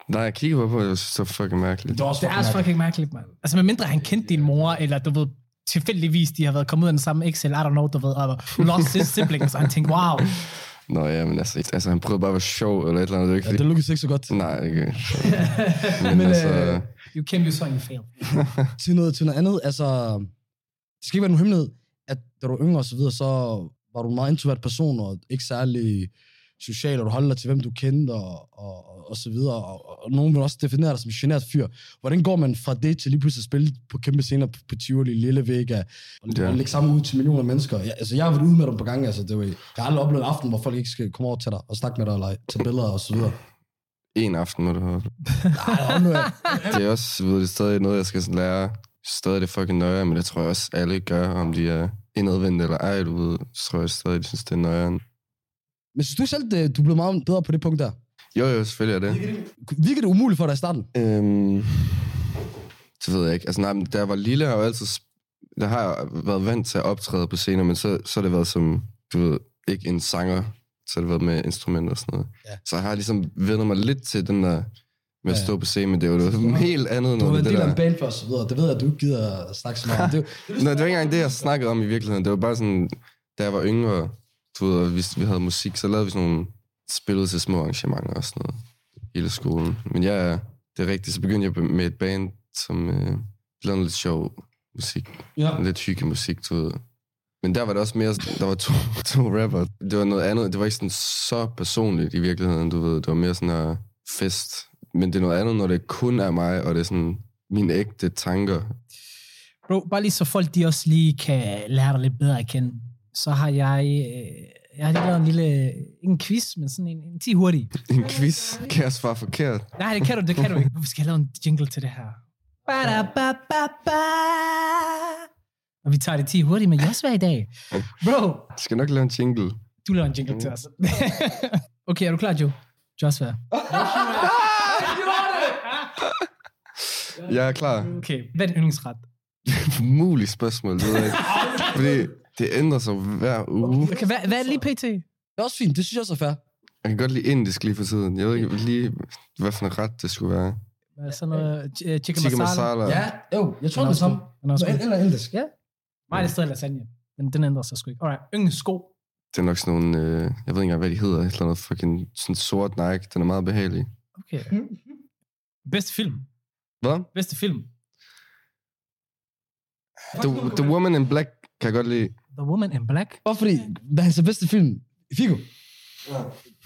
Speaker 3: Nej, jeg kiggede bare på det, jeg synes, det var fucking mærkeligt.
Speaker 2: Det er altså også
Speaker 1: Det er også fucking mærkeligt, mand. Altså, medmindre han kendte din mor, eller du ved, tilfældigvis de har været kommet ud af den samme Excel, I don't know, du ved, og lost his siblings, og han tænkte, wow.
Speaker 3: Nå ja, men altså, altså han prøvede bare at være sjov eller et eller andet. Det
Speaker 2: Ja,
Speaker 3: er ikke,
Speaker 2: det
Speaker 3: fordi...
Speaker 2: lukkedes ikke så godt.
Speaker 3: Nej,
Speaker 2: [LAUGHS]
Speaker 3: ikke. men,
Speaker 2: Men,
Speaker 3: men altså,
Speaker 2: øh,
Speaker 1: You came, you saw, you failed.
Speaker 2: til noget, til noget andet. Altså, det skal ikke være nogen hemmelighed, at da du var yngre og så videre, så var du en meget introvert person, og ikke særlig social, og du holdt dig til, hvem du kendte, og, og, og, og så videre. Og, og, og nogen vil også definere dig som en genert fyr. Hvordan går man fra det til lige pludselig at spille på kæmpe scener på, på Tivoli, Lille Vega, og,
Speaker 3: Ja.
Speaker 2: ja. og lægge sammen ud til millioner af mennesker? Jeg, altså, jeg har været ude med dem på gange, altså, det var, jeg har aldrig oplevet en aften, hvor folk ikke skal komme over til dig og snakke med dig, eller tage billeder og så videre.
Speaker 3: en aften må du have.
Speaker 2: Nej, hold nu af.
Speaker 3: Det er også, ved, det er stadig noget, jeg skal sådan lære. Stadig det fucking nøje, men det tror jeg også, alle gør, om de er indadvendte eller ej, du ved. Så tror jeg stadig, de synes, det er nøjeren.
Speaker 2: Men synes du selv, det- du blev meget bedre på det punkt der?
Speaker 3: Jo, jo, selvfølgelig er det.
Speaker 2: Virkede det umuligt for dig i starten?
Speaker 3: Øhm, det ved jeg ikke. Altså, nej, men da jeg var lille, har jeg jo altid... sp- Der har jeg været vant til at optræde på scener, men så, så har det været som, du ved, ikke en sanger, så har det været med instrumenter og sådan noget.
Speaker 2: Ja.
Speaker 3: Så jeg har ligesom vendt mig lidt til den der med at
Speaker 2: Ja.
Speaker 3: stå på scenen, men det er jo noget helt andet.
Speaker 2: Du har
Speaker 3: når
Speaker 2: været
Speaker 3: det
Speaker 2: en del af
Speaker 3: der.
Speaker 2: en band før, og så videre. Det ved jeg, at du ikke gider at snakke så meget om. Det, er jo-
Speaker 3: Nej, det var ikke engang det, jeg snakkede om i virkeligheden. Det var bare sådan, da jeg var yngre, du ved, og hvis vi havde musik, så lavede vi sådan nogle spillede til små arrangementer og sådan noget. Hele skolen. Men ja, det er rigtigt. Så begyndte jeg med et band, som øh, lavede lidt sjov musik.
Speaker 2: ja.
Speaker 3: Lidt hygge musik, du ved. Men der var det også mere, sådan- der var to, [LAUGHS] to rapper. Det var noget andet. Det var ikke sådan så personligt i virkeligheden, du ved. Det var mere sådan at fest. Men det er noget andet, når det kun er mig, og det er sådan mine ægte tanker.
Speaker 1: Bro, bare lige så folk de også lige kan lære dig lidt bedre at kende. Så har jeg... Øh, jeg har lige lavet en lille... Ikke en quiz, men sådan en, en 10 hurtig.
Speaker 3: En quiz kan jeg svare forkert.
Speaker 1: Nej, det kan du, det kan du ikke. Hvorfor skal jeg lave en jingle til det her? Ba-da-ba-ba-ba. Og vi tager det 10 hurtigt med Jos hver i dag. Bro,
Speaker 3: Jeg skal nok lave en jingle.
Speaker 1: du laver en jingle til os. [LAUGHS] okay, er du klar, Joe? Joshua.
Speaker 3: Jeg er klar.
Speaker 1: Okay, hvad er din yndlingsret?
Speaker 3: Umuligt spørgsmål, det ved jeg ikke. Fordi det ændrer sig hver uge.
Speaker 1: Okay, hvad, hvad er det lige pt?
Speaker 2: Det er også fint, det synes jeg også er fair.
Speaker 3: Jeg kan godt lide indisk lige for tiden. Jeg ved ikke lige, hvad for en ret det skulle være.
Speaker 1: Hvad er Sådan noget uh, chicken
Speaker 3: Tikka
Speaker 1: masala.
Speaker 3: masala.
Speaker 2: Ja, jo, jeg tror det er samme.
Speaker 1: Den er også god.
Speaker 2: Eller indisk.
Speaker 1: Ja. Nej, det er stadig lasagne. Men den ændrer sig sgu ikke. Alright, yndlingssko.
Speaker 3: Det er nok sådan nogle, øh, jeg ved ikke engang, hvad de hedder. Et eller andet fucking sådan sort Nike. Den er meget behagelig.
Speaker 1: Okay.
Speaker 2: Mhm.
Speaker 1: Bedste film.
Speaker 3: Hvad?
Speaker 1: Bedste film.
Speaker 3: The, The Woman in Black kan jeg godt lide.
Speaker 1: The Woman in Black.
Speaker 2: Bare fordi, hvad er hans bedste film? Figo.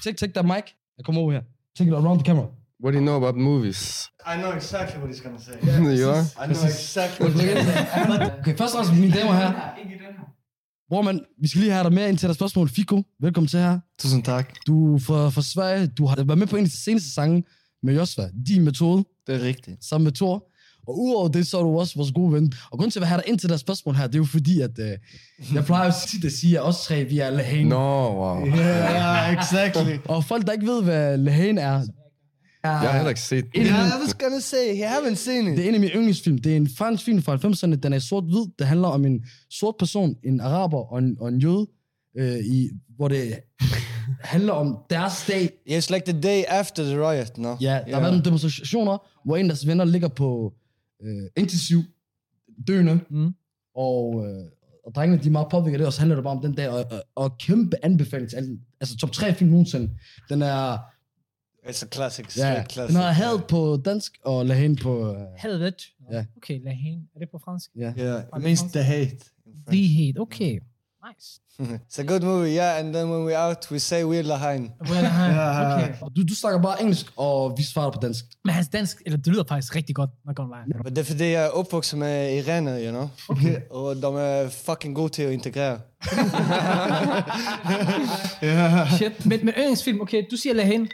Speaker 2: Take, take that mic. Jeg kommer over her. Take it around the camera.
Speaker 3: What do you know about movies?
Speaker 5: I know exactly what he's gonna [LAUGHS] say.
Speaker 3: [LAUGHS] you are?
Speaker 5: I know exactly what he's gonna say.
Speaker 2: Okay, først og fremmest, mine damer og herrer. Bror, man, vi skal lige have dig med ind til dig spørgsmål. Figo, velkommen til her.
Speaker 3: Tusind tak.
Speaker 2: Du er fra, fra Sverige. Du har været med på en af de seneste sange med Josva. Din metode,
Speaker 5: Det er [LAUGHS] rigtigt.
Speaker 2: sammen med Thor. Og udover det, så er du også vores gode ven. Og grunden til, at jeg vil have dig ind til det her spørgsmål her, det er jo fordi, at øh, jeg plejer jo tit at sige, at os tre, vi er Lahane.
Speaker 3: Nå, no, wow.
Speaker 5: Yeah, [LAUGHS] exactly.
Speaker 2: Og folk, der ikke ved, hvad Lahane er,
Speaker 3: Jeg har heller ikke set den.
Speaker 5: Yeah, I was gonna say, you haven't seen
Speaker 2: det
Speaker 5: it.
Speaker 2: er en af mine yndlingsfilm. Det er en fransk film fra 90'erne. Den er sort-hvid. Det handler om en sort person, en araber og en, og en jøde, øh, i, hvor det handler om deres stat,
Speaker 5: It's like the day after the riot, no?
Speaker 2: Ja, der har været nogle demonstrationer, hvor en af deres venner ligger på øh, intensiv, døende,
Speaker 1: Mm.
Speaker 2: og, øh, og drengene de er meget påvirket af det, og så handler det bare om den dag, og, og, og kæmpe anbefaling til alle, altså top 3 film nogensinde. Den er,
Speaker 5: It's a classic,
Speaker 2: ja,
Speaker 5: straight classic.
Speaker 2: den har had på dansk, og lagde hende på, øh,
Speaker 1: Helvete.
Speaker 2: Ja.
Speaker 1: Okay, Lahane. Er det på fransk?
Speaker 5: Yeah, it means the hate. in
Speaker 1: The
Speaker 5: French.
Speaker 1: Hate. Okay. Nice.
Speaker 5: It's a good movie, yeah, and then when we're out, we say we're Lahain.
Speaker 1: Hvor er Lahane?
Speaker 5: Ja.
Speaker 1: Okay.
Speaker 2: du, du snakker bare engelsk, og vi svarer på dansk.
Speaker 1: Men hans dansk, eller det lyder faktisk rigtig godt, når går online.
Speaker 5: Men det er fordi, jeg er opvokset med iraner, you know? [LAUGHS] Okay. Og de er fucking gode til at integrere.
Speaker 1: Shit. Men med yndlingsfilm, okay, du siger Lahane.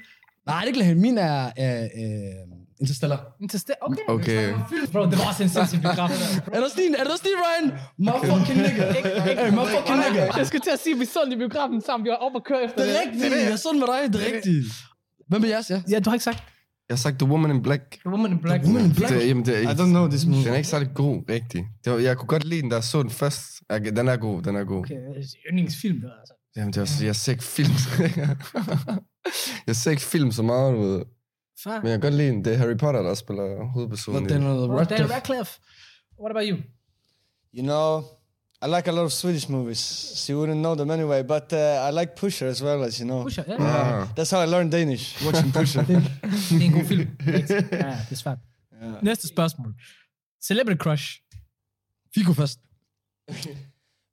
Speaker 2: Nej, det er ikke lagde hende. Min er øh, øh, Interstellar.
Speaker 1: Interstellar. Okay.
Speaker 3: Okay.
Speaker 1: Bro, det var også en sindssyg
Speaker 2: [LAUGHS]
Speaker 1: biograf.
Speaker 2: Er det også din, er det også din Ryan? My fucking [LAUGHS] nigga. Hey, my fucking nigga.
Speaker 1: Jeg skulle til at sige, at vi så den i biografen sammen. Vi var oppe og køre efter
Speaker 2: Det er rigtigt. Jeg er sådan med dig, det er rigtigt. Hvem er jeres, ja?
Speaker 1: Ja, du har ikke sagt
Speaker 3: Jeg har sagt The Woman in Black.
Speaker 1: The Woman in Black.
Speaker 2: Woman in Black.
Speaker 3: Det, jamen, det er
Speaker 5: I
Speaker 3: ikke,
Speaker 5: don't know this movie.
Speaker 3: den er ikke særlig god, rigtig. Det var, jeg kunne godt lide den, da jeg så den først. Jeg- Den er god, den er god.
Speaker 1: Okay, yndlingsfilm, det er altså.
Speaker 3: Jamen, det er også, jeg ser ikke film. [LAUGHS] jeg ser ikke film så meget, du ved.
Speaker 1: Fuck.
Speaker 3: Men jeg kan godt lide den. Det er Harry Potter, der spiller hovedpersonen. i den.
Speaker 2: Daniel
Speaker 1: Bro, Dan
Speaker 2: Radcliffe.
Speaker 1: Radcliffe. What about you?
Speaker 5: You know, I like a lot of Swedish movies, so you wouldn't know them anyway, but uh, I like Pusher as well, as you know.
Speaker 1: Pusher, ja.
Speaker 3: Ja.
Speaker 5: Yeah. That's how I learned Danish, [LAUGHS] watching Pusher.
Speaker 1: Det er en god film. ja, det er svært. Næste spørgsmål. Celebrity crush. [LAUGHS]
Speaker 2: Figo først.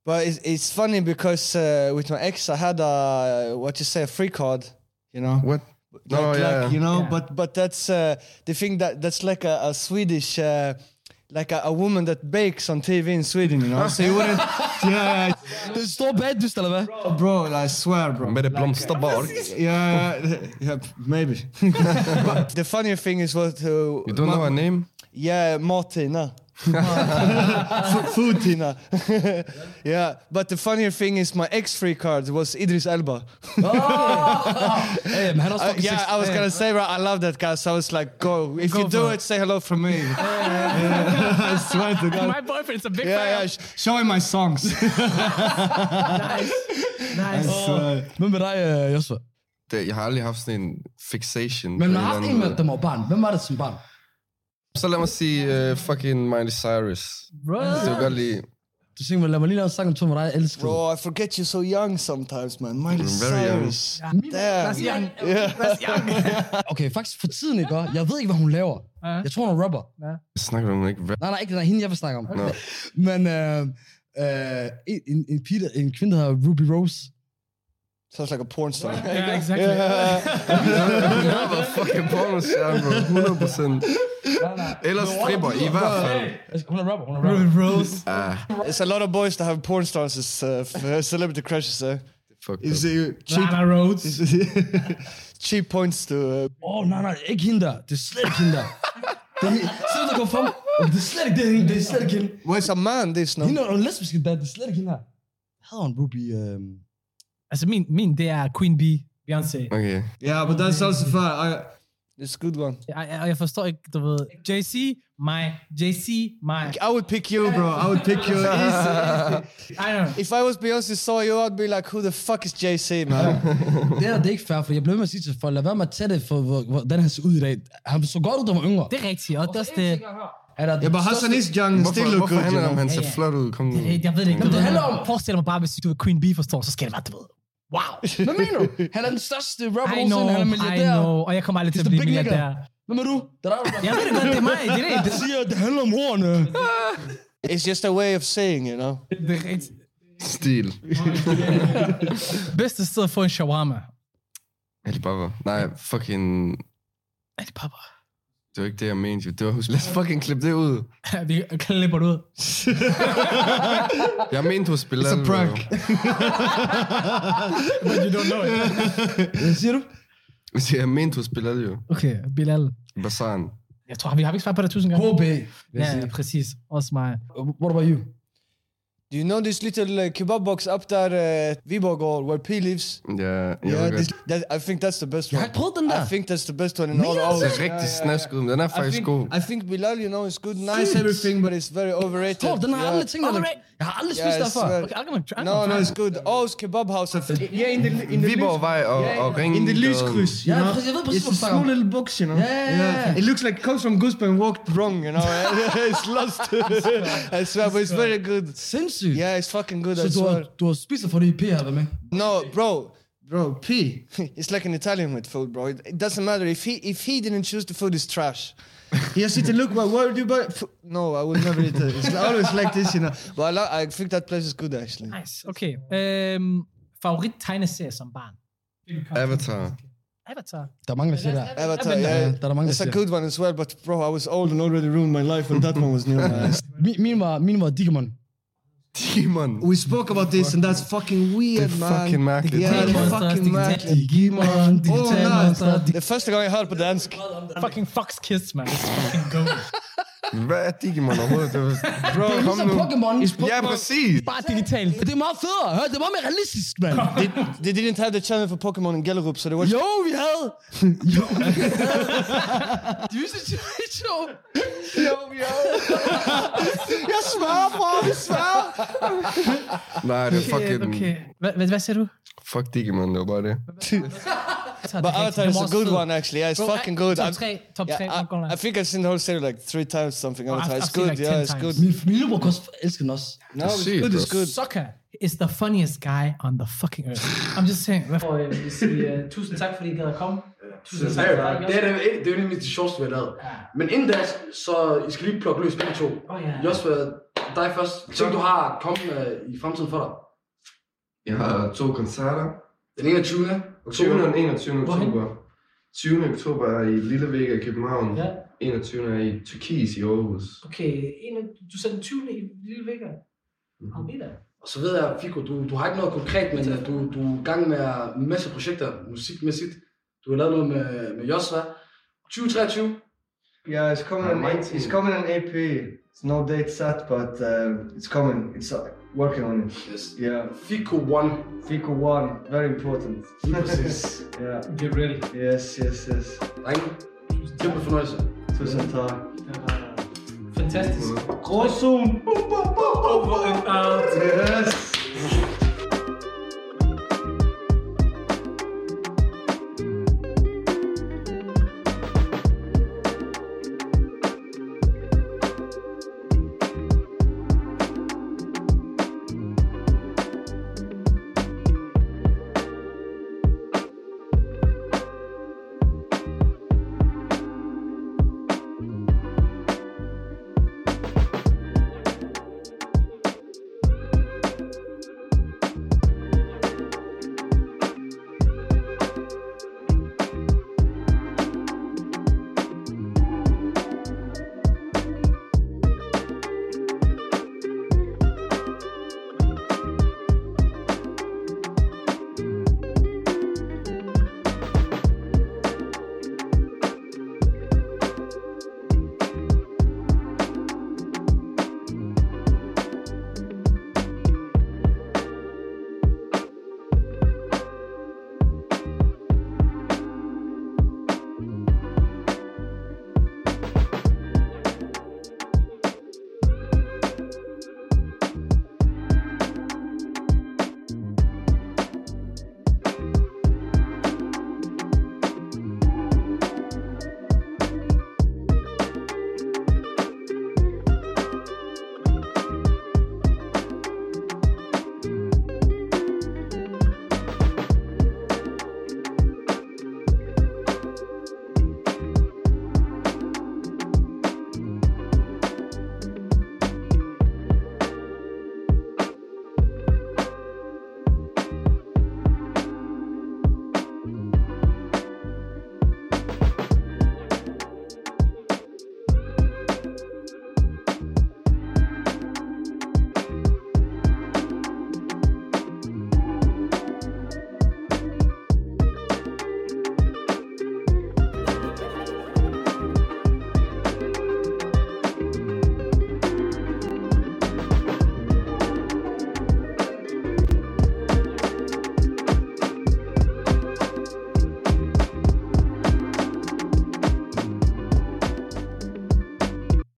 Speaker 5: but it's, it's funny because uh, with my ex, I had a, what you say, a free card, you know?
Speaker 3: What? No,
Speaker 5: like,
Speaker 3: yeah,
Speaker 5: like,
Speaker 3: yeah.
Speaker 5: you know
Speaker 1: Yeah.
Speaker 5: but but that's uh, the thing that that's like a, a swedish uh, like a, a woman that bakes on tv in sweden you know so you
Speaker 3: [LAUGHS]
Speaker 5: wouldn't [LAUGHS] yeah,
Speaker 2: Det er en stor bagdyst, eller hvad?
Speaker 5: yeah bro i swear bro
Speaker 3: Med det blomsterborg.
Speaker 5: yeah, [LAUGHS] yeah, yeah maybe but the funny thing is what uh,
Speaker 3: You don't know her name?
Speaker 5: yeah [LAUGHS] martina Fu- Futina. [LAUGHS] yeah, but the funnier thing is my ex free card was Idris
Speaker 3: [LAUGHS]
Speaker 5: Elba.
Speaker 2: Ja, ja, men han er også
Speaker 5: Uh, yeah, I was gonna say, right, I love that guy. So I was like, go. If
Speaker 1: Go
Speaker 5: you do
Speaker 1: for
Speaker 5: it, say hello from
Speaker 3: [LAUGHS]
Speaker 5: me. [LAUGHS] I swear to God.
Speaker 1: My boyfriend is a big
Speaker 5: Yeah, yeah.
Speaker 1: fan.
Speaker 5: Sh- show him my songs.
Speaker 1: Nice. Nice.
Speaker 2: Hvem er dig, uh, Joshua?
Speaker 3: Det, jeg har aldrig haft sådan en fixation.
Speaker 2: Men
Speaker 3: på
Speaker 2: man har haft
Speaker 3: eller
Speaker 2: en
Speaker 3: anden
Speaker 2: med,
Speaker 3: måde.
Speaker 2: der var barn. Hvem var det som barn?
Speaker 3: Så lad mig sige uh, fucking Miley Cyrus.
Speaker 1: Bro.
Speaker 3: Det var godt lige...
Speaker 2: Du synger, mig, lad mig lige lave en sang om to med dig, elsker dig.
Speaker 5: Bro, I forget you're so young sometimes, man. Miley
Speaker 3: I'm very young.
Speaker 5: Cyrus.
Speaker 1: Damn. That's
Speaker 5: Damn.
Speaker 1: young.
Speaker 5: Yeah.
Speaker 1: That's young.
Speaker 2: Ah, Okay, faktisk for tiden, ikke? Jeg ved ikke, hvad hun laver.
Speaker 1: Ja.
Speaker 2: Jeg tror, hun er rapper.
Speaker 3: Jeg snakker om hun ikke rap.
Speaker 2: Nej, nej, ikke den er hende, jeg vil snakke om.
Speaker 3: Nå.
Speaker 2: [LAUGHS] Men øh, øh, en, en, en, pige, der- en kvinde, der hedder Ruby Rose.
Speaker 5: [LAUGHS] Sounds like a porn star.
Speaker 1: Yeah, exactly.
Speaker 5: Yeah.
Speaker 3: Hun rapper fucking pornostjerne, bro. 100 procent. Ellers stripper, i hvert fald.
Speaker 1: Hun er rapper, hun er rapper. Rose.
Speaker 3: Ah,
Speaker 5: It's a lot of boys that have porn stars as uh,
Speaker 6: [LAUGHS]
Speaker 5: f- uh, celebrity crushes. Uh.
Speaker 3: fuck
Speaker 5: Is it cheap,
Speaker 1: Lana Rhodes.
Speaker 5: [LAUGHS] cheap points to uh,
Speaker 2: Åh, oh, nej, nej, ikke hende der. Det er slet ikke [LAUGHS] hende der. Det er hende- Se, der går frem. Åh, Det er slet ikke det, er hende. Det er slet ikke hende.
Speaker 5: Where's a man this now?
Speaker 2: Hende er jo lesbisk, der. Det er slet ikke hende her. Havde hun Ruby... Øh...
Speaker 1: Altså min, min, det er Queen Bee, Beyoncé.
Speaker 3: Okay.
Speaker 6: Yeah, but that's also fine. I,
Speaker 5: It's a good one.
Speaker 1: Jeg, jeg, jeg forstår ikke, du ved. JC, mig. JC, mig.
Speaker 5: I would pick you,
Speaker 6: bro, I would
Speaker 5: [LAUGHS]
Speaker 6: pick you.
Speaker 1: I don't know.
Speaker 5: If I was Beyonce, saw you, I'd be like, who the fuck is JC, man?
Speaker 2: Det her, det er ikke fair, for jeg blev ved med at sige til folk, lad være med at tage det for, hvor- hvordan han ser ud i dag. Han så godt ud, da han var yngre.
Speaker 1: Det er rigtigt, og det er også det.
Speaker 2: Er der
Speaker 6: yeah, but Hassan is young.
Speaker 3: Hvorfor,
Speaker 6: Still look
Speaker 3: hvorfor
Speaker 6: good, you
Speaker 3: handler det om,
Speaker 6: know.
Speaker 3: at han ser
Speaker 1: Ja, ja.
Speaker 3: flot ud? Kom nu.
Speaker 1: Jeg- Jeg ved det ikke.
Speaker 2: Jamen, det
Speaker 1: Du ved,
Speaker 2: handler om-
Speaker 1: Forestil dig mig bare, hvis du ved, Queen Bee forstår, så skal det være, du ved. Wow.
Speaker 2: Hvad mener du? Han er den største rapper
Speaker 1: [LAUGHS] I
Speaker 2: nogensinde.
Speaker 1: know,
Speaker 2: Han er
Speaker 1: I
Speaker 2: milliardær.
Speaker 1: know. Og jeg kommer aldrig til
Speaker 2: He's
Speaker 1: at
Speaker 2: the
Speaker 1: blive
Speaker 2: big nigga.
Speaker 1: milliardær.
Speaker 2: Hvem er du? Det er dig,
Speaker 1: Jeg ved det godt, det er mig. Det er det.
Speaker 2: [LAUGHS] Jeg siger, at det handler om ordene.
Speaker 5: it's just a way of saying, you know?
Speaker 1: Det er rigtigt.
Speaker 3: Stil.
Speaker 1: Bedste sted at få en shawarma.
Speaker 3: Alibaba. Nej, fucking...
Speaker 1: Alibaba.
Speaker 3: Det var ikke det, jeg mente. jo. Det var hos... Lad os fucking klippe det ud.
Speaker 1: Vi klipper det ud.
Speaker 3: Jeg mente hos Bilal.
Speaker 6: It's a prank.
Speaker 3: bro.
Speaker 1: But you don't know it.
Speaker 2: Hvad siger du?
Speaker 3: Jeg mente hos Bilal, jo.
Speaker 1: Okay, Bilal.
Speaker 3: Basan.
Speaker 1: Jeg tror, vi har vi ikke svaret på det tusind gange.
Speaker 2: HB. vil jeg
Speaker 1: Ja,
Speaker 2: sige.
Speaker 1: ja, præcis. Også mig.
Speaker 2: What about you?
Speaker 5: Do you know this little uh, kebab box up there at Viborg or where P lives?
Speaker 3: Ja, jeg
Speaker 5: Yeah,
Speaker 3: ved
Speaker 5: this,
Speaker 3: godt.
Speaker 5: that, I think that's the best
Speaker 2: Jeg har
Speaker 5: one.
Speaker 2: ikke prøvet den der.
Speaker 5: I think that's the best one in all
Speaker 3: Det
Speaker 5: hours.
Speaker 3: er rigtig snask ud, men den er faktisk god.
Speaker 5: I think Bilal, you know, is good, nice
Speaker 6: Dude.
Speaker 5: everything, but it's very overrated.
Speaker 2: Tror, den har jeg
Speaker 5: Yeah.
Speaker 2: aldrig tænkt mig.
Speaker 1: Alright.
Speaker 2: Jeg har aldrig
Speaker 5: Ja,
Speaker 2: spist
Speaker 5: jeg
Speaker 2: derfor.
Speaker 5: svær.
Speaker 1: Okay, Algerman.
Speaker 5: No, no, it's good. O's kebab house. I think.
Speaker 6: Yeah, in the in the
Speaker 3: Viborg Vej og, og Ring.
Speaker 6: in the loose cruise. You
Speaker 2: Yeah,
Speaker 6: know?
Speaker 2: because you have a
Speaker 6: it's a
Speaker 2: Bristol
Speaker 6: small
Speaker 2: style.
Speaker 6: little box, you know.
Speaker 2: Yeah.
Speaker 6: It looks like it comes from Goosebumps and walked.
Speaker 5: Wrong, you know. [LAUGHS] it's lost. I swear, but it's very good.
Speaker 2: Sindssygt.
Speaker 5: Yeah, it's fucking good.
Speaker 2: Så
Speaker 5: I
Speaker 2: du har,
Speaker 5: swear.
Speaker 2: du har spist det, fordi P har været med?
Speaker 5: No, bro.
Speaker 6: Bro, P.
Speaker 5: [LAUGHS] It's like an Italian with food, bro. It, it doesn't matter if he if he didn't choose the food, it's trash.
Speaker 6: [LAUGHS] He has it and look, what, what do you buy? F-
Speaker 5: No, I would never eat it.
Speaker 6: [LAUGHS]
Speaker 5: It's
Speaker 6: It's
Speaker 5: like,
Speaker 6: always like this, you know.
Speaker 5: but I, lo- I think that place is good actually.
Speaker 1: Nice. Okay. Øhm, favorit tegneserie som barn?
Speaker 3: Avatar.
Speaker 1: Avatar.
Speaker 2: Der er mange, der siger det her.
Speaker 1: Avatar.
Speaker 5: Avatar, yeah,
Speaker 2: Der er der mange, der
Speaker 5: it's a
Speaker 3: altså,
Speaker 2: siger.
Speaker 5: good one as well. But bro, I was old and
Speaker 6: And already ruined my life when that one was [LAUGHS] new. man.
Speaker 2: Min, min, var, min var Digimon.
Speaker 3: Mm. Digimon.
Speaker 6: we spoke about this, and that's fucking
Speaker 3: Det
Speaker 6: weird,
Speaker 3: er
Speaker 6: man.
Speaker 3: fucking mærkeligt.
Speaker 6: Yeah, det er
Speaker 1: Monsters,
Speaker 6: fucking oh,
Speaker 1: digitale-
Speaker 6: mærkeligt.
Speaker 2: Digimon,
Speaker 6: Digital Monster,
Speaker 5: the first thing I heard, but dansk.
Speaker 1: Fucking Fox Kids, man. It's fucking go.
Speaker 2: [LAUGHS]
Speaker 3: Hvad er Digimon overhovedet? Det var-
Speaker 2: Det er ligesom Pokémon.
Speaker 3: Ja, præcis.
Speaker 1: Bare digitalt.
Speaker 2: Det er meget federe, hør. Det er meget mere realistisk,
Speaker 1: [LAUGHS]
Speaker 2: mand.
Speaker 5: They, they didn't have the channel for Pokemon in Gellerup, so they watched.
Speaker 2: Jo, vi havde. Jo, vi havde. De vidste ikke, det var et show.
Speaker 5: Jeg svarer, bro, [LAUGHS] jeg svarer.
Speaker 3: Nej, det er fucking...
Speaker 1: Okay. Hvad, hvad, hvad siger du?
Speaker 3: Fuck Digimon, det var bare det.
Speaker 1: Avatar,
Speaker 5: But Avatar is a good one actually. Yeah, it's
Speaker 1: Bro,
Speaker 5: fucking good.
Speaker 1: Top
Speaker 5: I've-
Speaker 1: 3. Top 3.
Speaker 5: Yeah, I, I think I've seen the whole series like three times something. Avatar.
Speaker 1: I've-
Speaker 5: it's
Speaker 1: I've seen
Speaker 5: good.
Speaker 1: like
Speaker 5: yeah,
Speaker 1: 10
Speaker 5: it's
Speaker 1: times.
Speaker 5: good.
Speaker 2: Min, min lillebror kunne også elske den også.
Speaker 5: No, it's
Speaker 3: Sygt,
Speaker 5: good.
Speaker 3: bro.
Speaker 5: It's good.
Speaker 1: Soccer is the funniest guy on the fucking earth. I'm just saying. Og jeg vil sige, uh, tusind tak, fordi I gad at komme. Tusind tak.
Speaker 7: Det er det, det er jo nemlig det sjoveste, vi har lavet. Men inden da, så I skal lige plukke løs begge to.
Speaker 1: Åh, ja.
Speaker 7: Joshua, dig først. Ting, du har kommet øh, i fremtiden for dig.
Speaker 3: Jeg har to koncerter.
Speaker 7: Den 21.
Speaker 3: 20.
Speaker 7: oktober.
Speaker 3: og 21.
Speaker 1: Hvorhen?
Speaker 3: oktober. 20. oktober er i Lille Væg i København.
Speaker 1: Ja.
Speaker 3: 21. er i Tyrkisk i Aarhus.
Speaker 1: Okay, en, du sagde den 20. i Lille Vækker. Har vi der?
Speaker 7: Og så ved jeg, Fico, du, du har ikke noget konkret, men øh, du, du er i gang med øh, en masse projekter musikmæssigt. Du har lavet noget med, med Joshua. 2023.
Speaker 6: Yeah, it's coming.
Speaker 3: Uh, my
Speaker 6: an, it's
Speaker 3: team.
Speaker 6: coming an AP. It's no date set, but uh, it's coming. It's uh, working on it.
Speaker 7: Yes.
Speaker 6: Yeah,
Speaker 7: Fico One.
Speaker 6: Fico one, very important.
Speaker 7: Lige præcis.
Speaker 6: [LAUGHS] Yeah.
Speaker 1: Get ready.
Speaker 6: Yes, yes, yes.
Speaker 7: Drenge, kæmpe fornøjelse.
Speaker 6: Tusind tak.
Speaker 1: Fantastisk.
Speaker 6: Awesome.
Speaker 1: Og, øh,
Speaker 6: Yes.